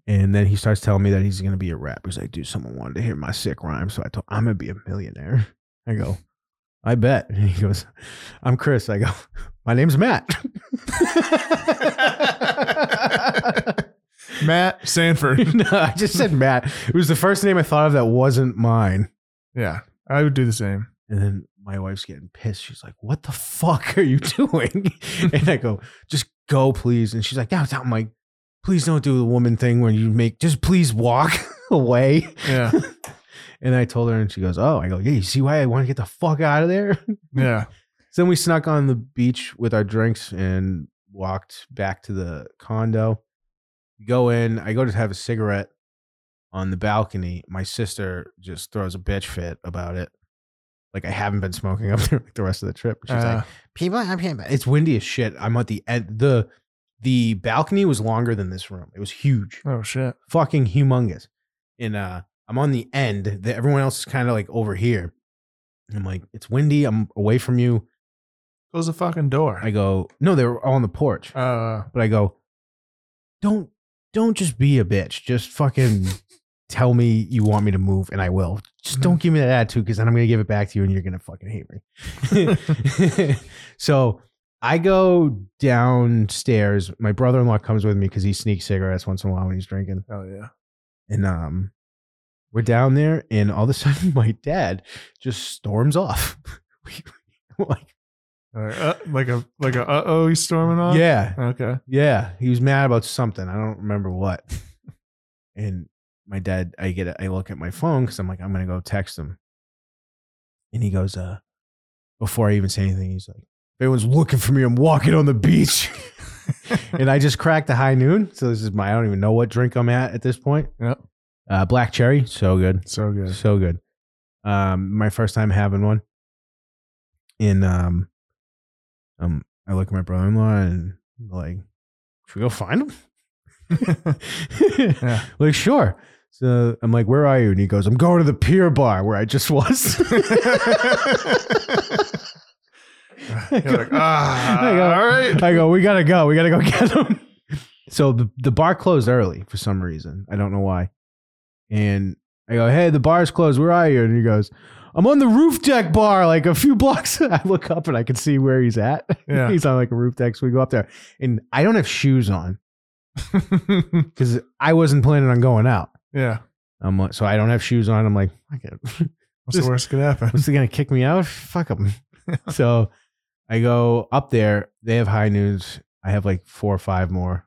[SPEAKER 2] And then he starts telling me that he's going to be a rapper. He's like, Dude, someone wanted to hear my sick rhyme. So I told I'm going to be a millionaire. [LAUGHS] I go, I bet. [LAUGHS] And he goes, I'm Chris. I go, [LAUGHS] My name's Matt. [LAUGHS]
[SPEAKER 1] "Ah." [LAUGHS] Matt [LAUGHS] Sanford.
[SPEAKER 2] no, I just said Matt. It was the first name I thought of that wasn't mine.
[SPEAKER 1] yeah, I would do the same.
[SPEAKER 2] And then my wife's getting pissed. She's like, "What the fuck are you [LAUGHS] doing?" and I go, "Just go, please." And she's like, "No, no." I'm like, "Please don't do the woman thing where you make just please walk [LAUGHS] away."
[SPEAKER 1] Yeah,
[SPEAKER 2] And I told her, and she goes, "Oh." I go, "Yeah, you see why I want to get the fuck out of there?" [LAUGHS]
[SPEAKER 1] [LAUGHS] yeah.
[SPEAKER 2] So then we snuck on the beach with our drinks and walked back to the condo. We go in. I go to have a cigarette on the balcony. My sister just throws a bitch fit about it. Like I haven't been smoking [LAUGHS] up there like the rest of the trip. She's
[SPEAKER 1] Uh,
[SPEAKER 2] like, "People, I'm here. It's windy as shit. I'm at the end. the The balcony was longer than this room. It was huge
[SPEAKER 1] oh shit.
[SPEAKER 2] fucking humongous. And uh I'm on the end. The, everyone else is kind of like over here. And I'm like, it's windy. I'm away from you.
[SPEAKER 1] Close the fucking door.
[SPEAKER 2] I go, no, they were all on the porch.
[SPEAKER 1] uh,
[SPEAKER 2] But I go, don't don't just be a bitch. Just fucking tell me you want me to move and I will. Just don't give me that attitude because then I'm gonna give it back to you and you're gonna fucking hate me. [LAUGHS] so I go downstairs. My brother-in-law comes with me because he sneaks cigarettes once in a while when he's drinking.
[SPEAKER 1] hell yeah.
[SPEAKER 2] And um, we're down there, and all of a sudden, [LAUGHS] my dad just storms off. [LAUGHS] like,
[SPEAKER 1] Like, uh, like a like a uh oh, he's storming off.
[SPEAKER 2] yeah,
[SPEAKER 1] Okay.
[SPEAKER 2] yeah, he was mad about something. I don't remember what. And my dad, I get, a, I look at my phone because I'm like, I'm gonna go text him, and he goes, uh, before I even say anything, he's like, if anyone's looking for me, I'm walking on the beach, [LAUGHS] and I just cracked the high noon. So this is my, I don't even know what drink I'm at at this point.
[SPEAKER 1] Yep.
[SPEAKER 2] Uh, black cherry, so good.
[SPEAKER 1] So
[SPEAKER 2] [LAUGHS]
[SPEAKER 1] good. [LAUGHS]
[SPEAKER 2] So good. Um, my first time having one. And um, um, I look at my brother in law and I'm like, should we go find him?
[SPEAKER 1] [LAUGHS] Yeah.
[SPEAKER 2] [LAUGHS] Like, sure. So I'm like, where are you? And he goes, I'm going to the pier bar where I just
[SPEAKER 1] [LAUGHS]
[SPEAKER 2] was. [LAUGHS]
[SPEAKER 1] You're like, ah,
[SPEAKER 2] I go,
[SPEAKER 1] all right.
[SPEAKER 2] I go, we gotta go. We gotta go [LAUGHS] get him. So the, the bar closed early for some reason. I don't know why. And I go, hey, the bar's closed. Where are you? And he goes, I'm on the roof deck bar, like a few [LAUGHS] blocks. I look up and I can see where he's at. [LAUGHS]
[SPEAKER 1] Yeah.
[SPEAKER 2] he's on like a roof deck. So we go up there. And I don't have shoes on [LAUGHS] because I wasn't planning on going out.
[SPEAKER 1] yeah.
[SPEAKER 2] I'm like, so I don't have shoes on. I'm like, fuck it.
[SPEAKER 1] What's the worst that could happen?
[SPEAKER 2] Was he gonna kick me out? Fuck him. [LAUGHS] so I go up there. They have high news. I have like four or five more.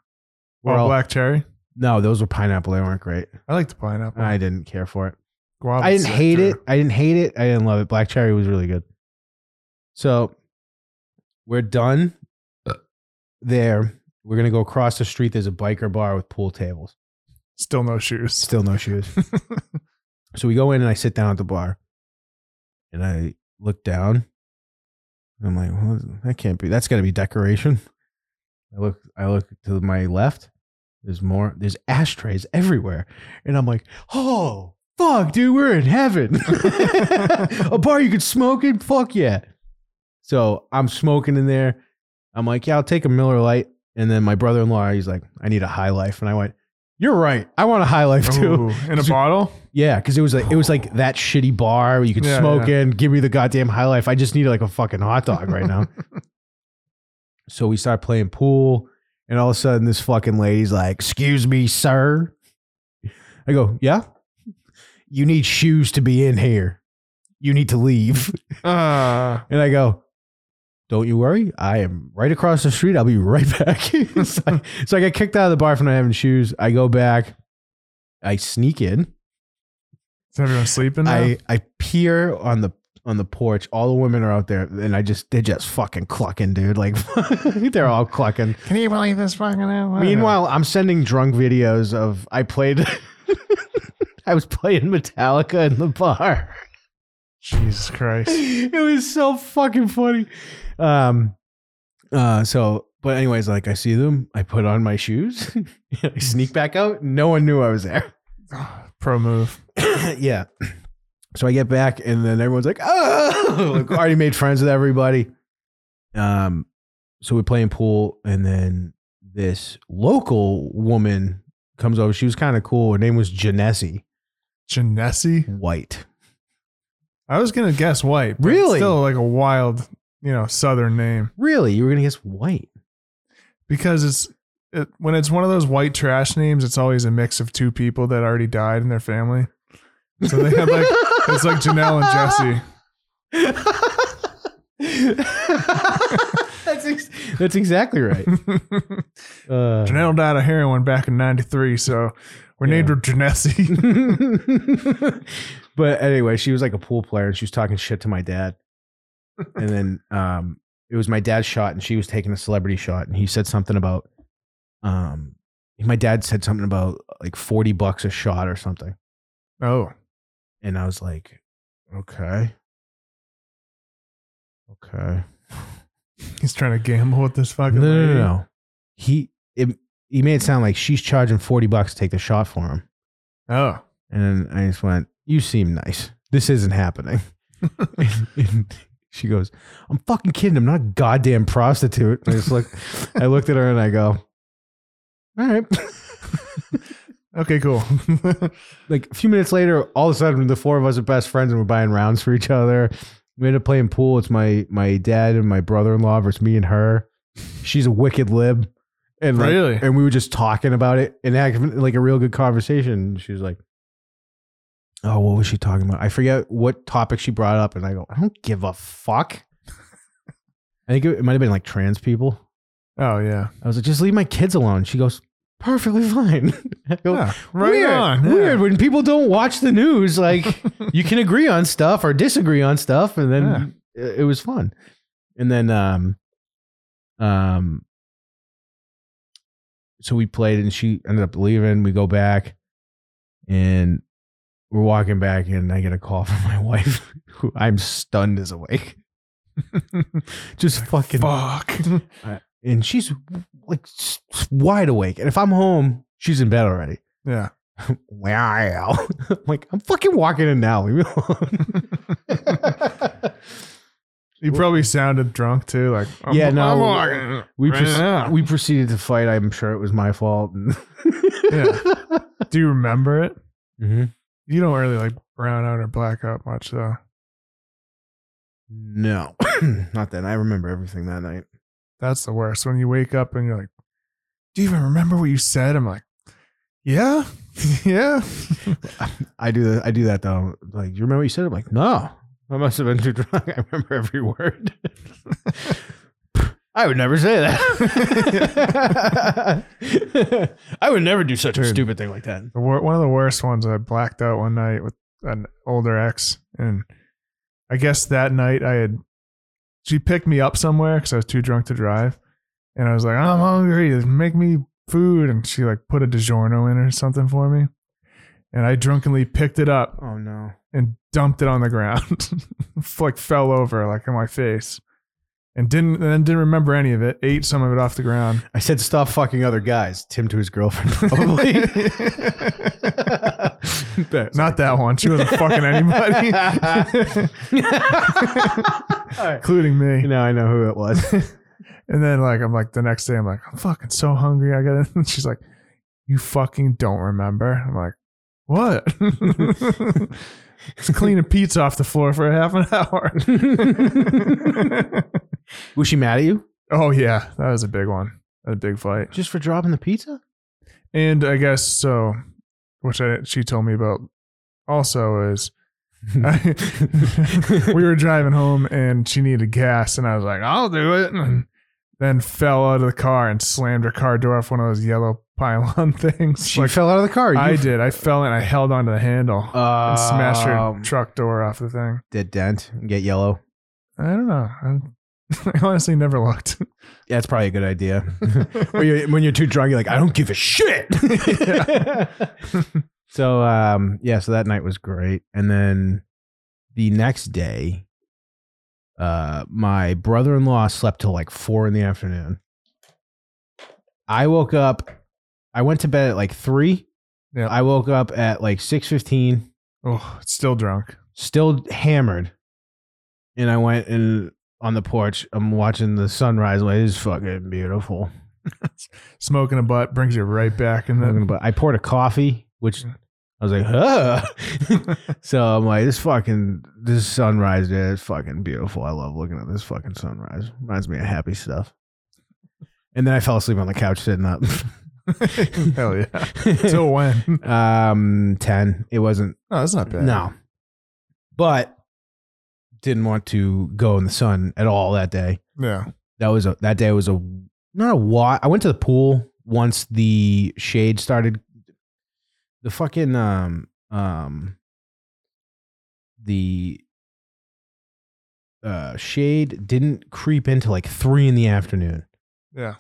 [SPEAKER 2] We're
[SPEAKER 1] Well,
[SPEAKER 2] all-
[SPEAKER 1] black cherry.
[SPEAKER 2] No, those were pineapple. They weren't great.
[SPEAKER 1] I like the pineapple.
[SPEAKER 2] I didn't care for it.
[SPEAKER 1] Guava's
[SPEAKER 2] I didn't hate it.
[SPEAKER 1] sector.
[SPEAKER 2] I didn't hate it. I didn't love it. Black cherry was really good. So we're done there. We're gonna go across the street. There's a biker bar with pool tables.
[SPEAKER 1] Still no shoes.
[SPEAKER 2] Still no shoes.
[SPEAKER 1] [LAUGHS]
[SPEAKER 2] [LAUGHS] so we go in and I sit down at the bar, and I look down. And I'm like, well, that can't be. That's got to be decoration. I look. I look to my left. There's more. There's ashtrays everywhere, and I'm like, oh fuck, dude, we're in heaven. [LAUGHS] A bar you could smoke in. Fuck yeah. So I'm smoking in there. I'm like, yeah, I'll take a Miller Light. And then my brother-in-law, he's like, I need a High Life, and I went, you're right. I want a High Life too.
[SPEAKER 1] Ooh,
[SPEAKER 2] [LAUGHS]
[SPEAKER 1] in a bottle.
[SPEAKER 2] Yeah, because it was like it was like that shitty bar where you could
[SPEAKER 1] Yeah,
[SPEAKER 2] smoke in. Give me the goddamn high life. I just need like a fucking hot dog right
[SPEAKER 1] [LAUGHS]
[SPEAKER 2] now. so we start playing pool, and all of a sudden, this fucking lady's like, "Excuse me, sir." I go, "Yeah." You need shoes to be in here. You need to
[SPEAKER 1] [LAUGHS]
[SPEAKER 2] leave.
[SPEAKER 1] Ah,
[SPEAKER 2] And I go, don't you worry. I am right across the street. I'll be right back. [LAUGHS] so, I, so I get kicked out of the bar for not having shoes. I go back. I sneak in.
[SPEAKER 1] is everyone sleeping? Now?
[SPEAKER 2] I I peer on the on the porch. All the women are out there, and I just they're just fucking clucking, dude. Like [LAUGHS] they're all clucking.
[SPEAKER 1] Can you believe this fucking hour?
[SPEAKER 2] Meanwhile, I'm sending drunk videos of I played. [LAUGHS] I was playing Metallica in the bar. [LAUGHS]
[SPEAKER 1] Jesus Christ. [SIGHS]
[SPEAKER 2] it was so fucking funny. Um, uh, so but anyways, like I see them, I put on my shoes, [LAUGHS] I sneak back out. No one knew I was there.
[SPEAKER 1] Pro move.
[SPEAKER 2] [COUGHS] yeah. So I get back, and then everyone's like, "Oh, like, already made friends with everybody." Um, so we're playing pool, and then this local woman comes over. She was kind of cool. Her name was Janessi
[SPEAKER 1] Janessi.
[SPEAKER 2] White.
[SPEAKER 1] I was gonna guess white. but
[SPEAKER 2] Really?
[SPEAKER 1] Still like a wild, you know, southern name
[SPEAKER 2] Really, you were gonna guess white?
[SPEAKER 1] because it's it, when it's one of those white trash names, it's always a mix of two people that already died in their family. So they
[SPEAKER 2] [LAUGHS]
[SPEAKER 1] had like it's like Janelle and Jesse.
[SPEAKER 2] [LAUGHS] that's ex- that's exactly
[SPEAKER 1] [LAUGHS]
[SPEAKER 2] right. [LAUGHS] Uh,
[SPEAKER 1] Janelle died of heroin back in '93, so we named her Janessi.
[SPEAKER 2] [LAUGHS] but anyway, she was like a pool player and she was talking shit to my dad. And then um it was my dad's shot and she was taking a celebrity shot and he said something about um my dad said something about like 40 bucks a shot or something.
[SPEAKER 1] [LAUGHS] oh,
[SPEAKER 2] And I was like, okay. Okay.
[SPEAKER 1] he's trying to gamble with this fucking.
[SPEAKER 2] No, no, no,
[SPEAKER 1] lady.
[SPEAKER 2] no. He it, he made it sound like she's charging 40 bucks to take the shot for him.
[SPEAKER 1] Oh,
[SPEAKER 2] And I just went, You seem nice. This isn't happening. [LAUGHS] and she goes, I'm fucking kidding. I'm not a goddamn prostitute. And I just look, I looked at her and I go, All right. [LAUGHS]
[SPEAKER 1] Oh, okay, cool.
[SPEAKER 2] like a few minutes later, all of a sudden, the four of us are best friends and we're buying rounds for each other. We end up playing pool. It's my my dad and my brother in law versus me and her. She's a wicked lib, and like,
[SPEAKER 1] Really?
[SPEAKER 2] and we were just talking about it and having like a real good conversation. She was like, "Oh, what was she talking about? I forget what topic she brought up." And I go, "I don't give a fuck." I think it, it might have been like trans people.
[SPEAKER 1] oh yeah.
[SPEAKER 2] I was like, "Just leave my kids alone." She goes, perfectly fine. [LAUGHS] I go,
[SPEAKER 1] Yeah, right
[SPEAKER 2] weird,
[SPEAKER 1] on, yeah.
[SPEAKER 2] Weird when people don't watch the news.
[SPEAKER 1] [LAUGHS]
[SPEAKER 2] Like you can agree on stuff or disagree on stuff, and then it, it was fun. And then, um, um, so we played, and she ended up leaving. We go back, and we're walking back, and I get a call [LAUGHS] from my wife, who I'm stunned is awake. [LAUGHS] Just fucking [LAUGHS]
[SPEAKER 1] Fuck.
[SPEAKER 2] and she's like s- wide awake. And if I'm home, she's in bed already.
[SPEAKER 1] yeah.
[SPEAKER 2] Wow. [LAUGHS] I'm like, I'm fucking walking in now. Leave me alone. [LAUGHS]
[SPEAKER 1] You probably sounded drunk too. Like, I'm,
[SPEAKER 2] Yeah, no,
[SPEAKER 1] I'm walking
[SPEAKER 2] we,
[SPEAKER 1] right
[SPEAKER 2] proce-
[SPEAKER 1] now.
[SPEAKER 2] we proceeded to fight. I'm sure it was my fault. [LAUGHS]
[SPEAKER 1] yeah.
[SPEAKER 2] Mm-hmm.
[SPEAKER 1] Do you remember it?
[SPEAKER 2] Mhm.
[SPEAKER 1] You don't really like brown out or black out much though.
[SPEAKER 2] No, [CLEARS THROAT] not then. I remember everything that night.
[SPEAKER 1] That's the worst. When you wake up and you're like, "Do you even remember what you said?" I'm like, "Yeah, [LAUGHS] yeah."
[SPEAKER 2] I do that. I do that though. Like, you remember what you said? I'm like, no, I must have been too [LAUGHS] drunk. I remember every word. [LAUGHS] I would never say that. [LAUGHS] I would never do such a stupid thing like that.
[SPEAKER 1] The wor- one of the worst ones. I blacked out one night with an older ex, and I guess that night I had she picked me up somewhere because I was too drunk to drive, and I was like, "I'm hungry. Make me food." And she like put a DiGiorno in or something for me, and I drunkenly picked it up
[SPEAKER 2] Oh no.
[SPEAKER 1] and dumped it on the ground. [LAUGHS] like fell over like in my face. And didn't and then didn't remember any of it. Ate some of it off the ground.
[SPEAKER 2] I said, stop fucking other guys. Tim to his girlfriend, [LAUGHS] probably.
[SPEAKER 1] Not that one. She wasn't
[SPEAKER 2] [LAUGHS]
[SPEAKER 1] fucking anybody,
[SPEAKER 2] [LAUGHS]
[SPEAKER 1] including me.
[SPEAKER 2] Now I know who it was.
[SPEAKER 1] And then like I'm like the next day I'm like I'm fucking so hungry. I got to [LAUGHS] She's like, you fucking don't remember. I'm like, what? [LAUGHS] It's cleaning pizza off the floor for half an hour.
[SPEAKER 2] [LAUGHS] was she mad at you
[SPEAKER 1] [LAUGHS] oh yeah, that was a big one. That was a big fight.
[SPEAKER 2] just for dropping the pizza?
[SPEAKER 1] And I guess so, which I, she told me about also
[SPEAKER 2] [LAUGHS]
[SPEAKER 1] is [LAUGHS] [LAUGHS] we were driving home and she needed gas, and I was like, I'll do it. And then fell out of the car and slammed her car door off one of those yellow pylon [LAUGHS] things.
[SPEAKER 2] She
[SPEAKER 1] Like,
[SPEAKER 2] fell out of the car. You
[SPEAKER 1] I did. I fell and I held onto the handle and smashed her
[SPEAKER 2] Um,
[SPEAKER 1] truck door off the thing.
[SPEAKER 2] Did dent and get yellow.
[SPEAKER 1] I don't [LAUGHS] know. I, I honestly never looked.
[SPEAKER 2] Yeah, it's probably a good idea. [LAUGHS] when, you're, when you're too drunk, you're like, I don't give a shit. so, um, yeah, so that night was great. And then the next day, uh, my brother in law slept till like four in the afternoon. I woke up, I went to bed at like three.
[SPEAKER 1] Yeah.
[SPEAKER 2] I woke up at like six fifteen
[SPEAKER 1] Oh,
[SPEAKER 2] [LAUGHS]
[SPEAKER 1] still drunk.
[SPEAKER 2] still hammered. And I went and on the porch, I'm watching the sunrise. I'm Like, this is fucking beautiful.
[SPEAKER 1] Smoking a butt brings you right back
[SPEAKER 2] [LAUGHS]
[SPEAKER 1] in the.
[SPEAKER 2] But I poured a coffee,
[SPEAKER 1] Mm.
[SPEAKER 2] which I was like, huh. [LAUGHS] so I'm like, this fucking this sunrise, dude, it's fucking beautiful. I love looking at this fucking sunrise. Reminds me of happy stuff. And then I fell asleep on the couch sitting up.
[SPEAKER 1] [LAUGHS] Hell yeah. Till when?
[SPEAKER 2] [LAUGHS] um, ten. It wasn't
[SPEAKER 1] No, that's not bad.
[SPEAKER 2] No. But didn't want to go in the sun at all that day.
[SPEAKER 1] Yeah.
[SPEAKER 2] That was a that day was a not a wa I went to the pool once the shade started the fucking um um the uh shade didn't creep into like three in the afternoon.
[SPEAKER 1] Yeah.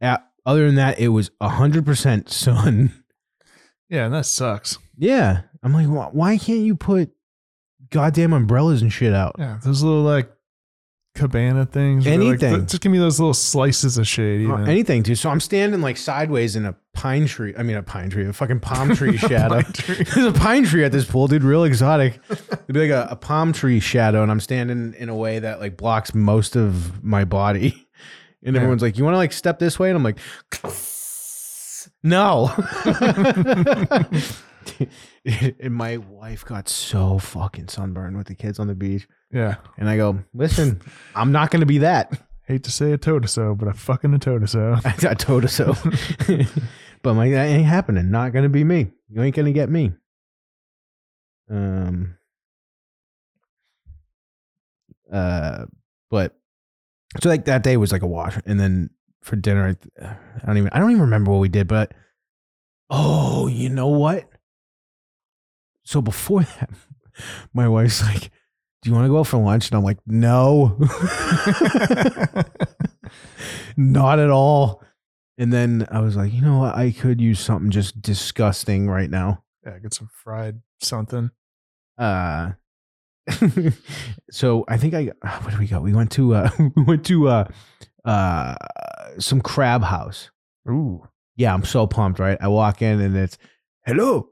[SPEAKER 2] A- other than that, it was hundred percent [LAUGHS] sun.
[SPEAKER 1] Yeah, and that sucks.
[SPEAKER 2] Yeah. I'm like, why, why can't you put goddamn umbrellas and shit out?
[SPEAKER 1] Yeah, those little like cabana things. where, like,
[SPEAKER 2] Anything.
[SPEAKER 1] th- just give me those little slices of shade.
[SPEAKER 2] Uh,
[SPEAKER 1] Even.
[SPEAKER 2] anything, dude. So I'm standing like sideways in a pine tree. I mean, a pine tree, a fucking palm
[SPEAKER 1] [LAUGHS]
[SPEAKER 2] tree shadow. There's a pine tree at this pool, dude. Real exotic. It'd be like a, a palm tree shadow, and I'm standing in a way that like blocks most of my body. And everyone's like, "You want to like step this way?" And I'm like, "No." [LAUGHS] and my wife got so fucking sunburned with the kids on the beach.
[SPEAKER 1] yeah,
[SPEAKER 2] And I go, listen, I'm not going to be that.
[SPEAKER 1] hate to say a totoso, but a fucking a totoso.
[SPEAKER 2] [LAUGHS] I, I told her so. but I'm like, that ain't happening. Not going to be me. You ain't going to get me. Um. Uh, but so like that day was like a wash, and then for dinner, I, I don't even I don't even remember what we did, but Oh, you know what? So before [LAUGHS] that, my wife's like, Do you want to go out for lunch? And I'm like, No, [LAUGHS] not at all. And then I was like, You know what? I could use something just disgusting right now.
[SPEAKER 1] Yeah, get some fried something.
[SPEAKER 2] Uh, [LAUGHS] so I think I ah, what do we got? We went to uh [LAUGHS] we went to uh uh some crab house.
[SPEAKER 1] [LAUGHS] Ooh.
[SPEAKER 2] Yeah, I'm so pumped, right? I walk in and it's hello.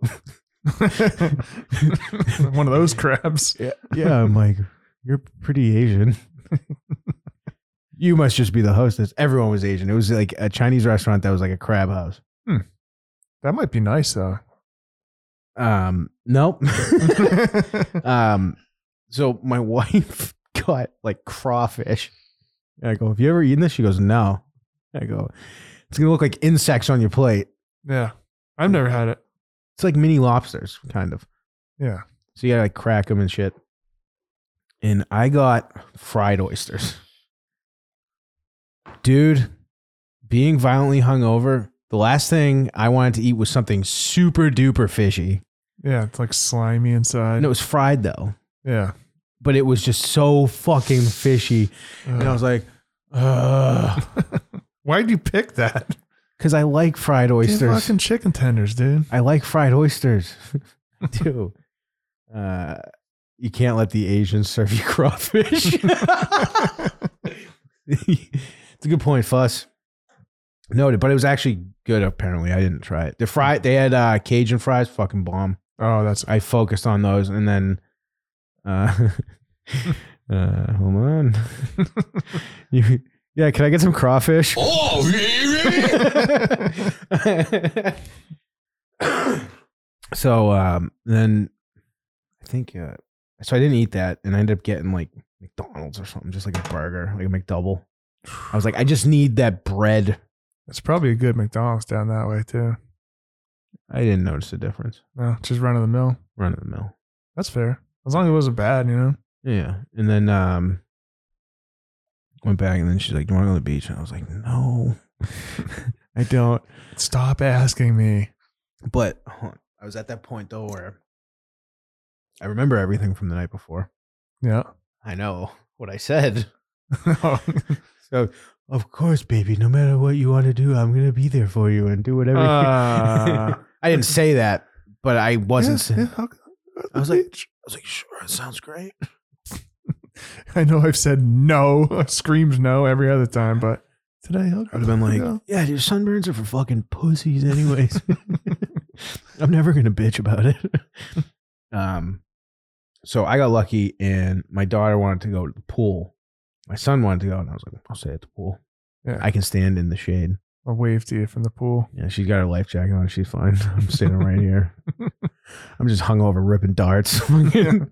[SPEAKER 1] One of those crabs.
[SPEAKER 2] Yeah, yeah. I'm like, you're pretty Asian. [LAUGHS] you must just be the hostess. Everyone was Asian. It was like a Chinese restaurant that was like a crab house.
[SPEAKER 1] That might be nice though.
[SPEAKER 2] Um, nope. [LAUGHS] um, so my [LAUGHS] wife got like crawfish. And I go, have you ever eaten this? She goes, no. I go, it's gonna look like insects on your plate.
[SPEAKER 1] [LAUGHS] yeah. I've never had it.
[SPEAKER 2] It's like mini lobsters, kind of.
[SPEAKER 1] Yeah.
[SPEAKER 2] So you gotta like crack them and shit. And I got fried oysters. Dude, being violently hungover, the last thing I wanted to eat was something super duper fishy.
[SPEAKER 1] Yeah. It's like slimy inside.
[SPEAKER 2] And it was fried though,
[SPEAKER 1] Yeah.
[SPEAKER 2] but it was just so fucking fishy. And I was like, ugh.
[SPEAKER 1] [LAUGHS] Why'd you pick that?
[SPEAKER 2] Because I like fried
[SPEAKER 1] These
[SPEAKER 2] oysters.
[SPEAKER 1] fucking chicken tenders, dude. [LAUGHS]
[SPEAKER 2] I like fried oysters. [LAUGHS] I do. Uh, you can't let the Asians serve you [LAUGHS] crawfish. [LAUGHS] it's a good point, Fuss. Noted, but it was actually good. Apparently, I didn't try it. The fry they had uh, Cajun fries, fucking bomb.
[SPEAKER 1] Oh, that's
[SPEAKER 2] I focused on those, and then, uh, [LAUGHS] uh hold on. [LAUGHS] you, yeah, can I get some crawfish?
[SPEAKER 3] Oh, really?
[SPEAKER 2] so um, then I think uh, so. I didn't eat that, and I ended up getting like McDonald's or something, just like a burger, like a McDouble. I was like, I just need that bread.
[SPEAKER 1] that's probably a good McDonald's down that way too.
[SPEAKER 2] I didn't notice the difference.
[SPEAKER 1] No, just run of the mill.
[SPEAKER 2] Run of the mill.
[SPEAKER 1] That's fair. As long as it wasn't bad, you know.
[SPEAKER 2] Yeah, and then um, went back, and then she's like, "Do you want to go to the beach?" And I was like, "No, [LAUGHS] I don't."
[SPEAKER 1] Stop asking me.
[SPEAKER 2] But huh, I was at that point though where I remember everything from the night before.
[SPEAKER 1] Yeah.
[SPEAKER 2] I know what I
[SPEAKER 1] [LAUGHS]
[SPEAKER 2] said. [LAUGHS]
[SPEAKER 1] No.
[SPEAKER 2] So, of course, baby, no matter what you want to do, I'm going to be there for you and do whatever. you-"
[SPEAKER 1] [LAUGHS] Ah.
[SPEAKER 2] I didn't say that, but I [LAUGHS] wasn't.
[SPEAKER 1] Yeah,
[SPEAKER 2] saying-
[SPEAKER 1] yeah, how-
[SPEAKER 2] I was like, I was like, sure, it sounds great.
[SPEAKER 1] [LAUGHS] I know I've said no, [LAUGHS] screamed no every other time, but today I'll
[SPEAKER 2] I'd have been like, yeah, dude, sunburns are for fucking pussies,
[SPEAKER 1] [LAUGHS]
[SPEAKER 2] anyways. [LAUGHS] I'm never going to bitch about it. [LAUGHS] um, so I got lucky, and my daughter wanted to go to the pool. My son wanted to go, and I was like, I'll stay at the pool.
[SPEAKER 1] Yeah.
[SPEAKER 2] I can stand in the shade.
[SPEAKER 1] I'll wave to you from the pool.
[SPEAKER 2] Yeah, she's got her life jacket on. She's fine. [LAUGHS] I'm standing right here. I'm just hungover ripping darts. [LAUGHS] Under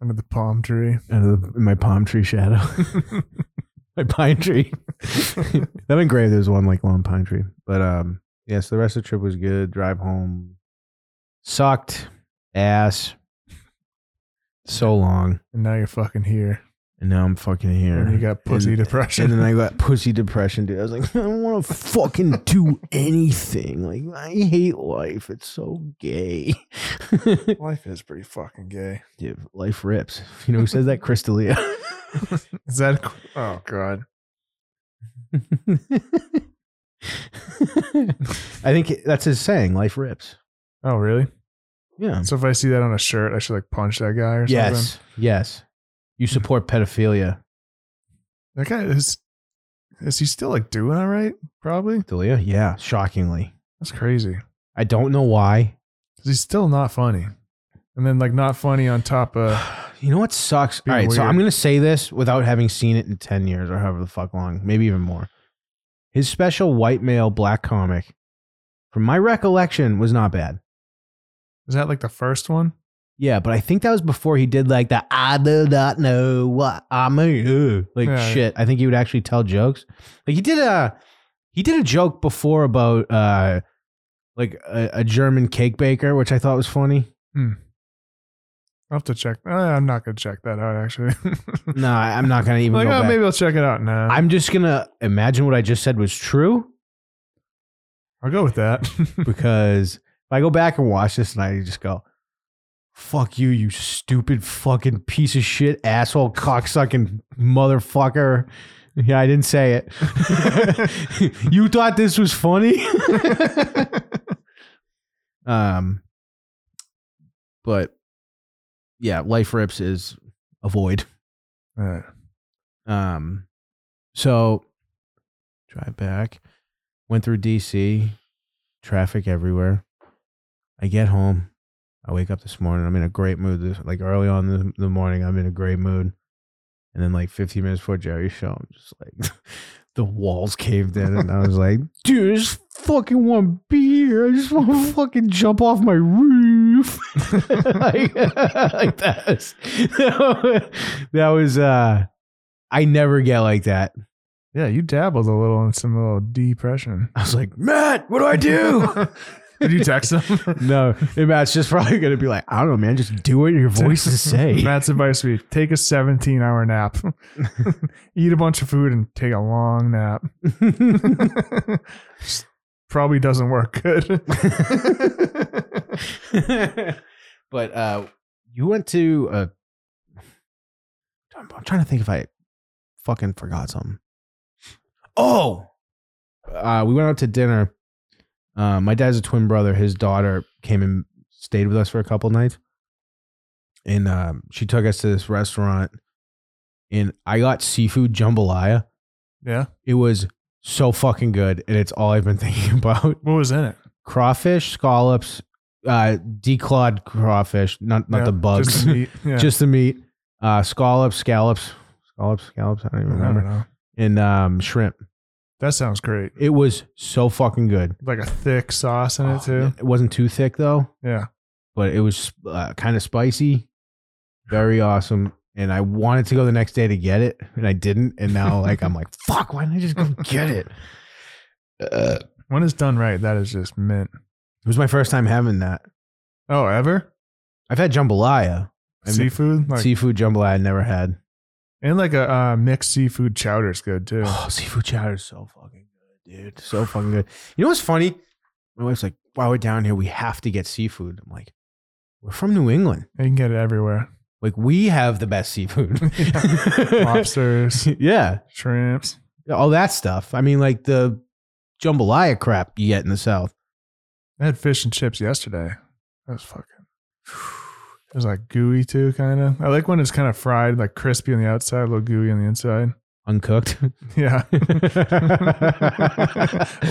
[SPEAKER 1] Under the palm tree.
[SPEAKER 2] the, in my palm tree shadow. [LAUGHS] my pine tree. [LAUGHS] that in grave, there's one like long pine tree. But um, yeah, so the rest of the trip was good. Drive home sucked ass so long.
[SPEAKER 1] And now you're fucking here.
[SPEAKER 2] And now I'm fucking here.
[SPEAKER 1] And you got pussy
[SPEAKER 2] And-
[SPEAKER 1] depression.
[SPEAKER 2] And then I got pussy depression, dude. I was like, [LAUGHS] I don't want to fucking do anything. Like, I hate life. It's so gay.
[SPEAKER 1] [LAUGHS]
[SPEAKER 2] [LAUGHS]
[SPEAKER 1] Life is pretty fucking gay.
[SPEAKER 2] dude, life rips. You know who says that? [LAUGHS] Crystalia.
[SPEAKER 1] Is that? A, oh god.
[SPEAKER 2] I think that's his saying. Life rips.
[SPEAKER 1] Oh really?
[SPEAKER 2] Yeah.
[SPEAKER 1] So if I see that on a shirt, I should like punch that guy or something.
[SPEAKER 2] Yes. Yes. You support pedophilia.
[SPEAKER 1] That guy is. Is he still like doing all right? Probably.
[SPEAKER 2] Delia? Yeah. Shockingly.
[SPEAKER 1] That's crazy.
[SPEAKER 2] I don't know why.
[SPEAKER 1] 'Cause he's still not funny. And then like not funny on
[SPEAKER 2] [SIGHS]
[SPEAKER 1] top of
[SPEAKER 2] You know what sucks?
[SPEAKER 1] Being
[SPEAKER 2] All right, so
[SPEAKER 1] weird.
[SPEAKER 2] I'm gonna say this without having seen it in ten years or however the fuck long, maybe even more. His special white male black comic, from my recollection, was not bad.
[SPEAKER 1] is that like the first one?
[SPEAKER 2] Yeah, but I think that was before he did like the I do not know what I'm uh," like
[SPEAKER 1] Yeah.
[SPEAKER 2] shit. I think he would actually tell jokes. Like he did a he did a joke before about uh like a, a German cake baker, which I thought was funny.
[SPEAKER 1] I'll have to check. Uh, I'm not gonna check that out actually. [LAUGHS]
[SPEAKER 2] No, I- I'm not gonna even
[SPEAKER 1] like,
[SPEAKER 2] go
[SPEAKER 1] oh,
[SPEAKER 2] back.
[SPEAKER 1] maybe I'll check it out now.
[SPEAKER 2] I'm just gonna imagine what I just said was true,
[SPEAKER 1] I'll go with that. [LAUGHS]
[SPEAKER 2] because if I go back and watch this and I just go, fuck you, you stupid fucking piece of shit, asshole, cocksucking motherfucker. Yeah, I didn't say it. [LAUGHS] you thought this was funny? [LAUGHS] um, but yeah, life rips is avoid.
[SPEAKER 1] All right.
[SPEAKER 2] Um, so drive back, went through DC, traffic everywhere. I get home. I wake up this morning. I'm in a great mood. This, like early on the, the morning, I'm in a great mood. And then like 15 minutes before Jerry's show, I'm just like, [LAUGHS] the walls caved in, and I was like, dude, I just fucking want to be here. I just want to fucking jump off my roof. [LAUGHS] like, [LAUGHS] like that was, [LAUGHS] that was, uh, I never get like that.
[SPEAKER 1] Yeah, you dabbled a little in some little depression.
[SPEAKER 2] I was like, Matt, what do I do?
[SPEAKER 1] [LAUGHS] Did you text him?
[SPEAKER 2] [LAUGHS] no, and Matt's just probably gonna be like, I don't know, man, just do what your [LAUGHS] voice is saying. [LAUGHS]
[SPEAKER 1] Matt's advice would be take a 17 hour nap, [LAUGHS] eat a bunch of food, and take a
[SPEAKER 2] [LAUGHS]
[SPEAKER 1] long nap. Probably doesn't work good. [LAUGHS]
[SPEAKER 2] [LAUGHS] but uh, you went to uh, I'm, I'm trying to think if I fucking forgot something. Oh, uh, we went out to dinner. Uh, my dad's a twin brother. His daughter came and stayed with us for a couple nights, and um, she took us to this restaurant. And I got seafood jambalaya.
[SPEAKER 1] yeah.
[SPEAKER 2] It was so fucking good, and it's all I've been [LAUGHS] thinking about
[SPEAKER 1] What was in it?
[SPEAKER 2] crawfish, scallops, uh, declawed crawfish, not not
[SPEAKER 1] Yeah,
[SPEAKER 2] the bugs,
[SPEAKER 1] Just the meat. Yeah.
[SPEAKER 2] meat, uh, scallops, scallops, scallops, scallops. I don't
[SPEAKER 1] I
[SPEAKER 2] even
[SPEAKER 1] don't
[SPEAKER 2] remember.
[SPEAKER 1] know.
[SPEAKER 2] And um, shrimp.
[SPEAKER 1] That sounds great.
[SPEAKER 2] It was so fucking good.
[SPEAKER 1] Like a thick sauce in
[SPEAKER 2] Oh,
[SPEAKER 1] it too.
[SPEAKER 2] It wasn't too thick though,
[SPEAKER 1] Yeah.
[SPEAKER 2] but it was uh, kind of spicy. Very awesome. And I wanted to go the next day to get it, and I didn't. And
[SPEAKER 1] [LAUGHS]
[SPEAKER 2] now, like, I'm like, fuck, why didn't I just go get it? Uh,
[SPEAKER 1] When it's done right, that is just mint.
[SPEAKER 2] it was my first time having that.
[SPEAKER 1] Oh, ever?
[SPEAKER 2] I've had jambalaya, I've-
[SPEAKER 1] seafood? Like,
[SPEAKER 2] seafood jambalaya, I never had.
[SPEAKER 1] and like a uh, mixed seafood chowder is
[SPEAKER 2] [GASPS]
[SPEAKER 1] good too.
[SPEAKER 2] Oh, seafood chowder is so fucking good, dude. So fucking good. You know what's funny? My wife's like, while we're down here, we have to get seafood. I'm like, we're from New England.
[SPEAKER 1] You can get it everywhere.
[SPEAKER 2] [LAUGHS] Like, we have the best seafood. [LAUGHS]
[SPEAKER 1] Lobsters,
[SPEAKER 2] yeah.
[SPEAKER 1] shrimps.
[SPEAKER 2] All that stuff. I mean, like the jambalaya crap you get in the South.
[SPEAKER 1] I had fish and chips yesterday. That was fucking. It was like gooey too, kind of. I like when it's kind of fried, like crispy on the outside, a little gooey on the inside. [LAUGHS]
[SPEAKER 2] Uncooked. [LAUGHS]
[SPEAKER 1] Yeah, [LAUGHS]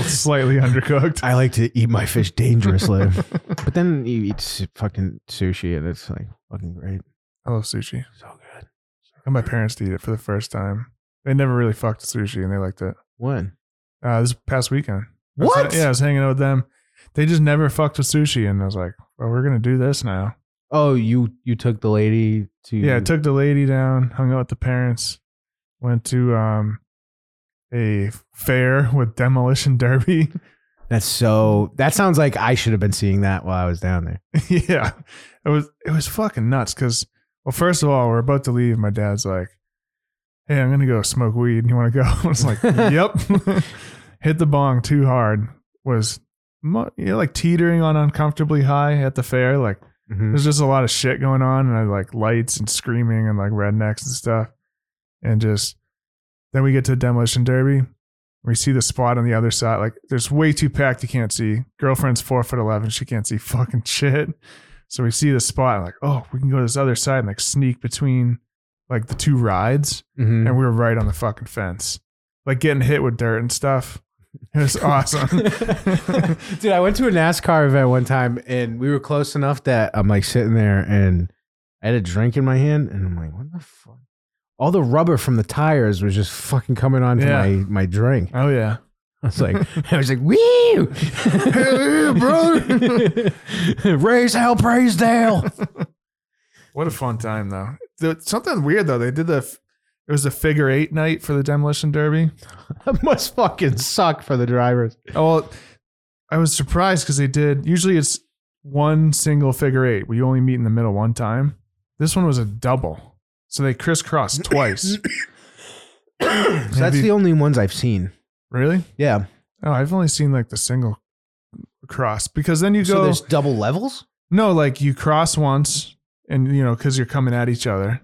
[SPEAKER 1] slightly undercooked.
[SPEAKER 2] I [LAUGHS] like to eat my fish dangerously. but then you eat s- fucking sushi and it's like fucking great.
[SPEAKER 1] I love sushi.
[SPEAKER 2] So good.
[SPEAKER 1] And my parents to eat it for the first time. They never really fucked with sushi, and they liked it.
[SPEAKER 2] When?
[SPEAKER 1] Uh, this past weekend. I was-
[SPEAKER 2] What?
[SPEAKER 1] yeah, I was hanging out with them. They just never fucked with sushi, and I was like, "Well, we're gonna do this now."
[SPEAKER 2] Oh, you you took the lady to
[SPEAKER 1] Yeah, I took the lady down, hung out with the parents, went to um a fair with demolition derby. [LAUGHS]
[SPEAKER 2] That's so. That sounds like I should have been seeing that while I was down there.
[SPEAKER 1] yeah. It was it was fucking nuts because well, first of all, we're about to leave. My dad's like, Hey, I'm gonna go smoke weed. You wanna go? [LAUGHS] I was like, Yep. [LAUGHS] Hit the bong too hard. Was mu- you know, like teetering on uncomfortably high at the fair. Like
[SPEAKER 2] Mm-hmm.
[SPEAKER 1] there's just a lot of shit going on and I like lights and screaming and like rednecks and stuff. And just then we get to demolition derby. We see the spot on the other side. Like there's way too packed. You can't see. Girlfriend's four foot eleven. She can't see [LAUGHS] fucking shit. So we see the spot. like, oh, we can go to this other side and like sneak between like the two rides. And we were right on the fucking fence, like getting hit with dirt and stuff. It
[SPEAKER 2] [LAUGHS]
[SPEAKER 1] was awesome.
[SPEAKER 2] Dude, I went to a NASCAR event one time, and we were close enough that I'm like sitting there, and I had a drink in my hand, and I'm like, "What the fuck?" All the rubber from the tires was just fucking coming onto
[SPEAKER 1] Yeah.
[SPEAKER 2] my my drink.
[SPEAKER 1] oh yeah.
[SPEAKER 2] I was like, I was like, "Woo, hey, brother, [LAUGHS] raise hell, praise Dale."
[SPEAKER 1] What a fun time though. The, something weird though. They did the. f- It was a figure eight night for the demolition derby.
[SPEAKER 2] that must fucking suck for the drivers.
[SPEAKER 1] Oh, well, I was surprised because they did. Usually it's one single figure eight. We only meet in the middle one time. This one was a double. So they crisscrossed twice.
[SPEAKER 2] So that's
[SPEAKER 1] Maybe-
[SPEAKER 2] the only ones I've seen.
[SPEAKER 1] really?
[SPEAKER 2] Yeah.
[SPEAKER 1] Oh, I've only seen like the single cross because then you
[SPEAKER 2] So
[SPEAKER 1] go
[SPEAKER 2] there's double levels?
[SPEAKER 1] no like you cross once and you know because you're coming at each other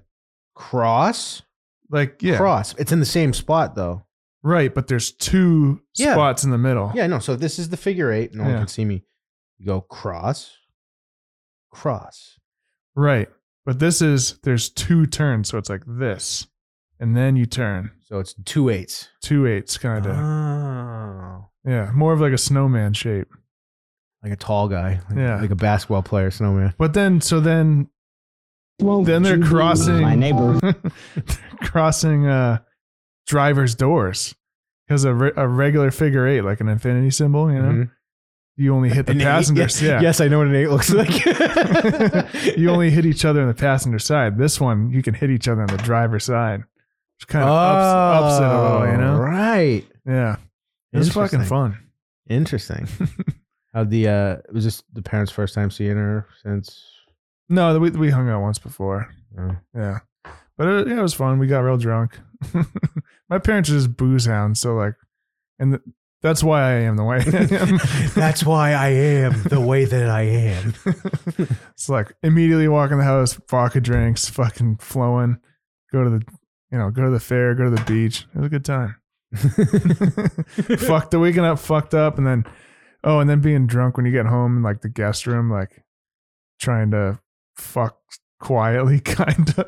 [SPEAKER 2] Cross?
[SPEAKER 1] like yeah
[SPEAKER 2] Cross. It's in the same spot though.
[SPEAKER 1] right but there's two
[SPEAKER 2] Yeah.
[SPEAKER 1] spots in the middle
[SPEAKER 2] Yeah, no. So this is the figure eight. No one
[SPEAKER 1] Yeah.
[SPEAKER 2] can see me. You go cross, cross.
[SPEAKER 1] right but this is there's two turns so it's like this and then you turn
[SPEAKER 2] So it's two eights.
[SPEAKER 1] two eights kind of
[SPEAKER 2] Oh.
[SPEAKER 1] yeah more of like a snowman shape
[SPEAKER 2] Like a tall guy. Like,
[SPEAKER 1] Yeah.
[SPEAKER 2] Like a basketball player, snowman.
[SPEAKER 1] but then so then [LAUGHS]
[SPEAKER 7] Won't
[SPEAKER 1] Then they're
[SPEAKER 7] you be
[SPEAKER 1] crossing-
[SPEAKER 7] my neighbor.
[SPEAKER 1] crossing uh driver's doors because a, re- a regular figure eight like an infinity symbol you know
[SPEAKER 2] Mhm.
[SPEAKER 1] you only hit the
[SPEAKER 2] An eight,
[SPEAKER 1] passengers Mm-hmm. [LAUGHS] yeah,
[SPEAKER 2] Yes, I know what an eight looks like.
[SPEAKER 1] [LAUGHS] you
[SPEAKER 2] [LAUGHS]
[SPEAKER 1] only hit each other on the passenger side this one you can hit each other on the driver's side which kind of ups, ups it a little you know
[SPEAKER 2] Oh, Right.
[SPEAKER 1] yeah it's fucking
[SPEAKER 2] Interesting.
[SPEAKER 1] fun
[SPEAKER 2] [LAUGHS] Interesting. How the uh was this the parents' first time seeing her since
[SPEAKER 1] no we, we hung out once before
[SPEAKER 2] oh.
[SPEAKER 1] yeah but it, yeah, it was fun we got real drunk [LAUGHS] my parents are just booze hounds so like and th- that's why i am the way i am
[SPEAKER 2] [LAUGHS] That's why I am the way that I am.
[SPEAKER 1] [LAUGHS] it's like immediately walk in the house, vodka drinks, fucking flowing. Go to the, you know, go to the fair, go to the beach. It was a good time. Fuck the weekend up, fucked up, and then, oh, and then being drunk when you get home in like the guest room, like trying to fuck quietly, [LAUGHS] kind of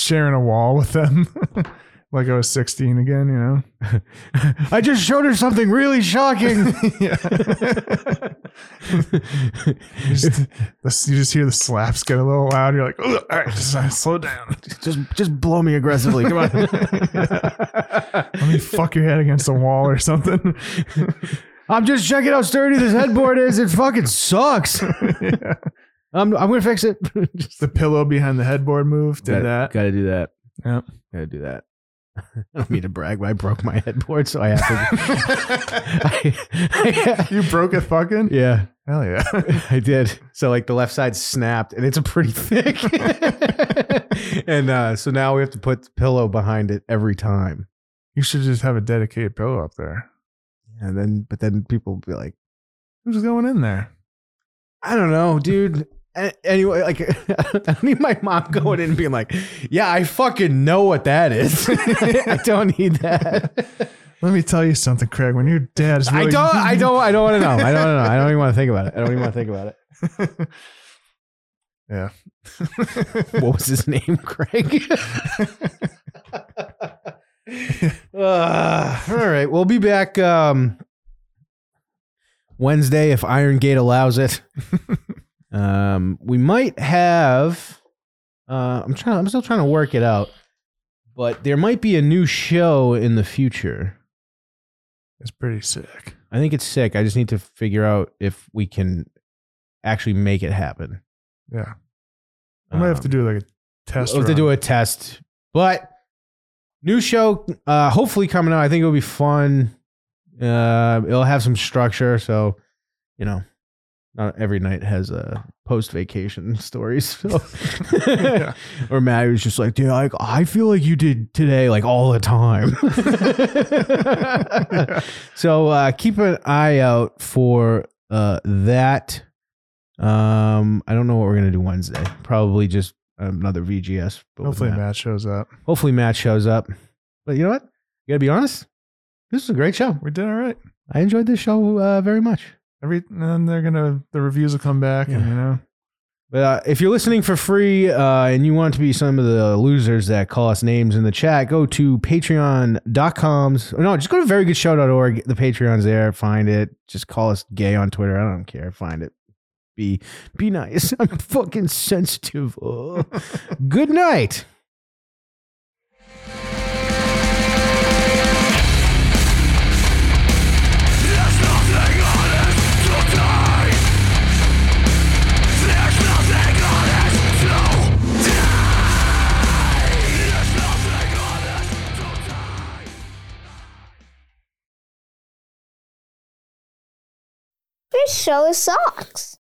[SPEAKER 1] sharing a wall with them. [LAUGHS] like I was 16 again, you know.
[SPEAKER 2] [LAUGHS] I just showed her something really
[SPEAKER 1] [LAUGHS]
[SPEAKER 2] shocking.
[SPEAKER 1] yeah. You just, you just hear the slaps get a little loud. You're like, "Ugh, all right, just, uh, slow down.
[SPEAKER 2] just [LAUGHS] just blow me aggressively. Come on.
[SPEAKER 1] [LAUGHS] Let me fuck your head against a wall or something. [LAUGHS]
[SPEAKER 2] I'm just checking how sturdy this [LAUGHS] headboard is. It fucking sucks. [LAUGHS]
[SPEAKER 1] Yeah.
[SPEAKER 2] I'm I'm gonna fix it. just
[SPEAKER 1] The pillow behind the headboard move. Did that.
[SPEAKER 2] Gotta do that.
[SPEAKER 1] Yep.
[SPEAKER 2] Gotta do that. I don't mean to brag, but I broke my headboard, so I have to. [LAUGHS]
[SPEAKER 1] You broke it fucking?
[SPEAKER 2] yeah,
[SPEAKER 1] Hell yeah. [LAUGHS]
[SPEAKER 2] I did. So like the left side snapped, and it's a pretty thick. [LAUGHS] and uh, so now we have to put the pillow behind it every time.
[SPEAKER 1] You should just have a dedicated pillow up there.
[SPEAKER 2] And then, but then people will be like,
[SPEAKER 1] Who's going in there?
[SPEAKER 2] I don't know, dude. A- Anyway, like [LAUGHS] I need my mom going in and being like, "Yeah, I fucking know what that is. [LAUGHS] I don't need that.
[SPEAKER 1] Let me tell you something, Craig. When your dad's really
[SPEAKER 2] I don't. I don't. I don't want to know. I don't know. I don't even want to think about it. I don't even want to think about it.
[SPEAKER 1] Yeah.
[SPEAKER 2] [LAUGHS] What was his name, [LAUGHS] Craig? Uh, all right, we'll be back um, Wednesday if Iron Gate allows it. [LAUGHS] um, we might have. Uh, I'm trying. I'm still trying to work it out, but there might be a new show in the future.
[SPEAKER 1] It's pretty sick.
[SPEAKER 2] I think it's sick. I just need to figure out if we can actually make it happen.
[SPEAKER 1] Yeah. I might have to
[SPEAKER 2] Um,
[SPEAKER 1] do like a test.
[SPEAKER 2] We'll have to
[SPEAKER 1] run.
[SPEAKER 2] do a test. But new show, uh, hopefully coming out. I think it'll be fun. Uh, it'll have some structure, so you know, not every night has a post vacation [LAUGHS] stories. So.
[SPEAKER 1] [LAUGHS] Yeah.
[SPEAKER 2] [LAUGHS] Or Matt was just like, dude, I, I feel like you did today, like all the
[SPEAKER 1] [LAUGHS]
[SPEAKER 2] time. [LAUGHS] So uh, keep an eye out for uh, that. Um, I don't know what we're gonna do Wednesday. Probably just another VGS. But with
[SPEAKER 1] Hopefully, Matt shows up.
[SPEAKER 2] Hopefully Matt shows up. But you know what? You gotta be honest. This is a great show.
[SPEAKER 1] We did all right.
[SPEAKER 2] I enjoyed this show uh, very much.
[SPEAKER 1] Every and then they're gonna the reviews will come back and you know
[SPEAKER 2] But uh, if you're listening for free uh, and you want to be some of the losers that call us names in the chat, go to patreon.coms. or No, just go to verygoodshow.org. The Patreon's there. Find it. Just call us gay on Twitter. I don't care. Find it. Be be nice. [LAUGHS] I'm fucking sensitive. [LAUGHS] Oh. Good night.
[SPEAKER 8] This show sucks.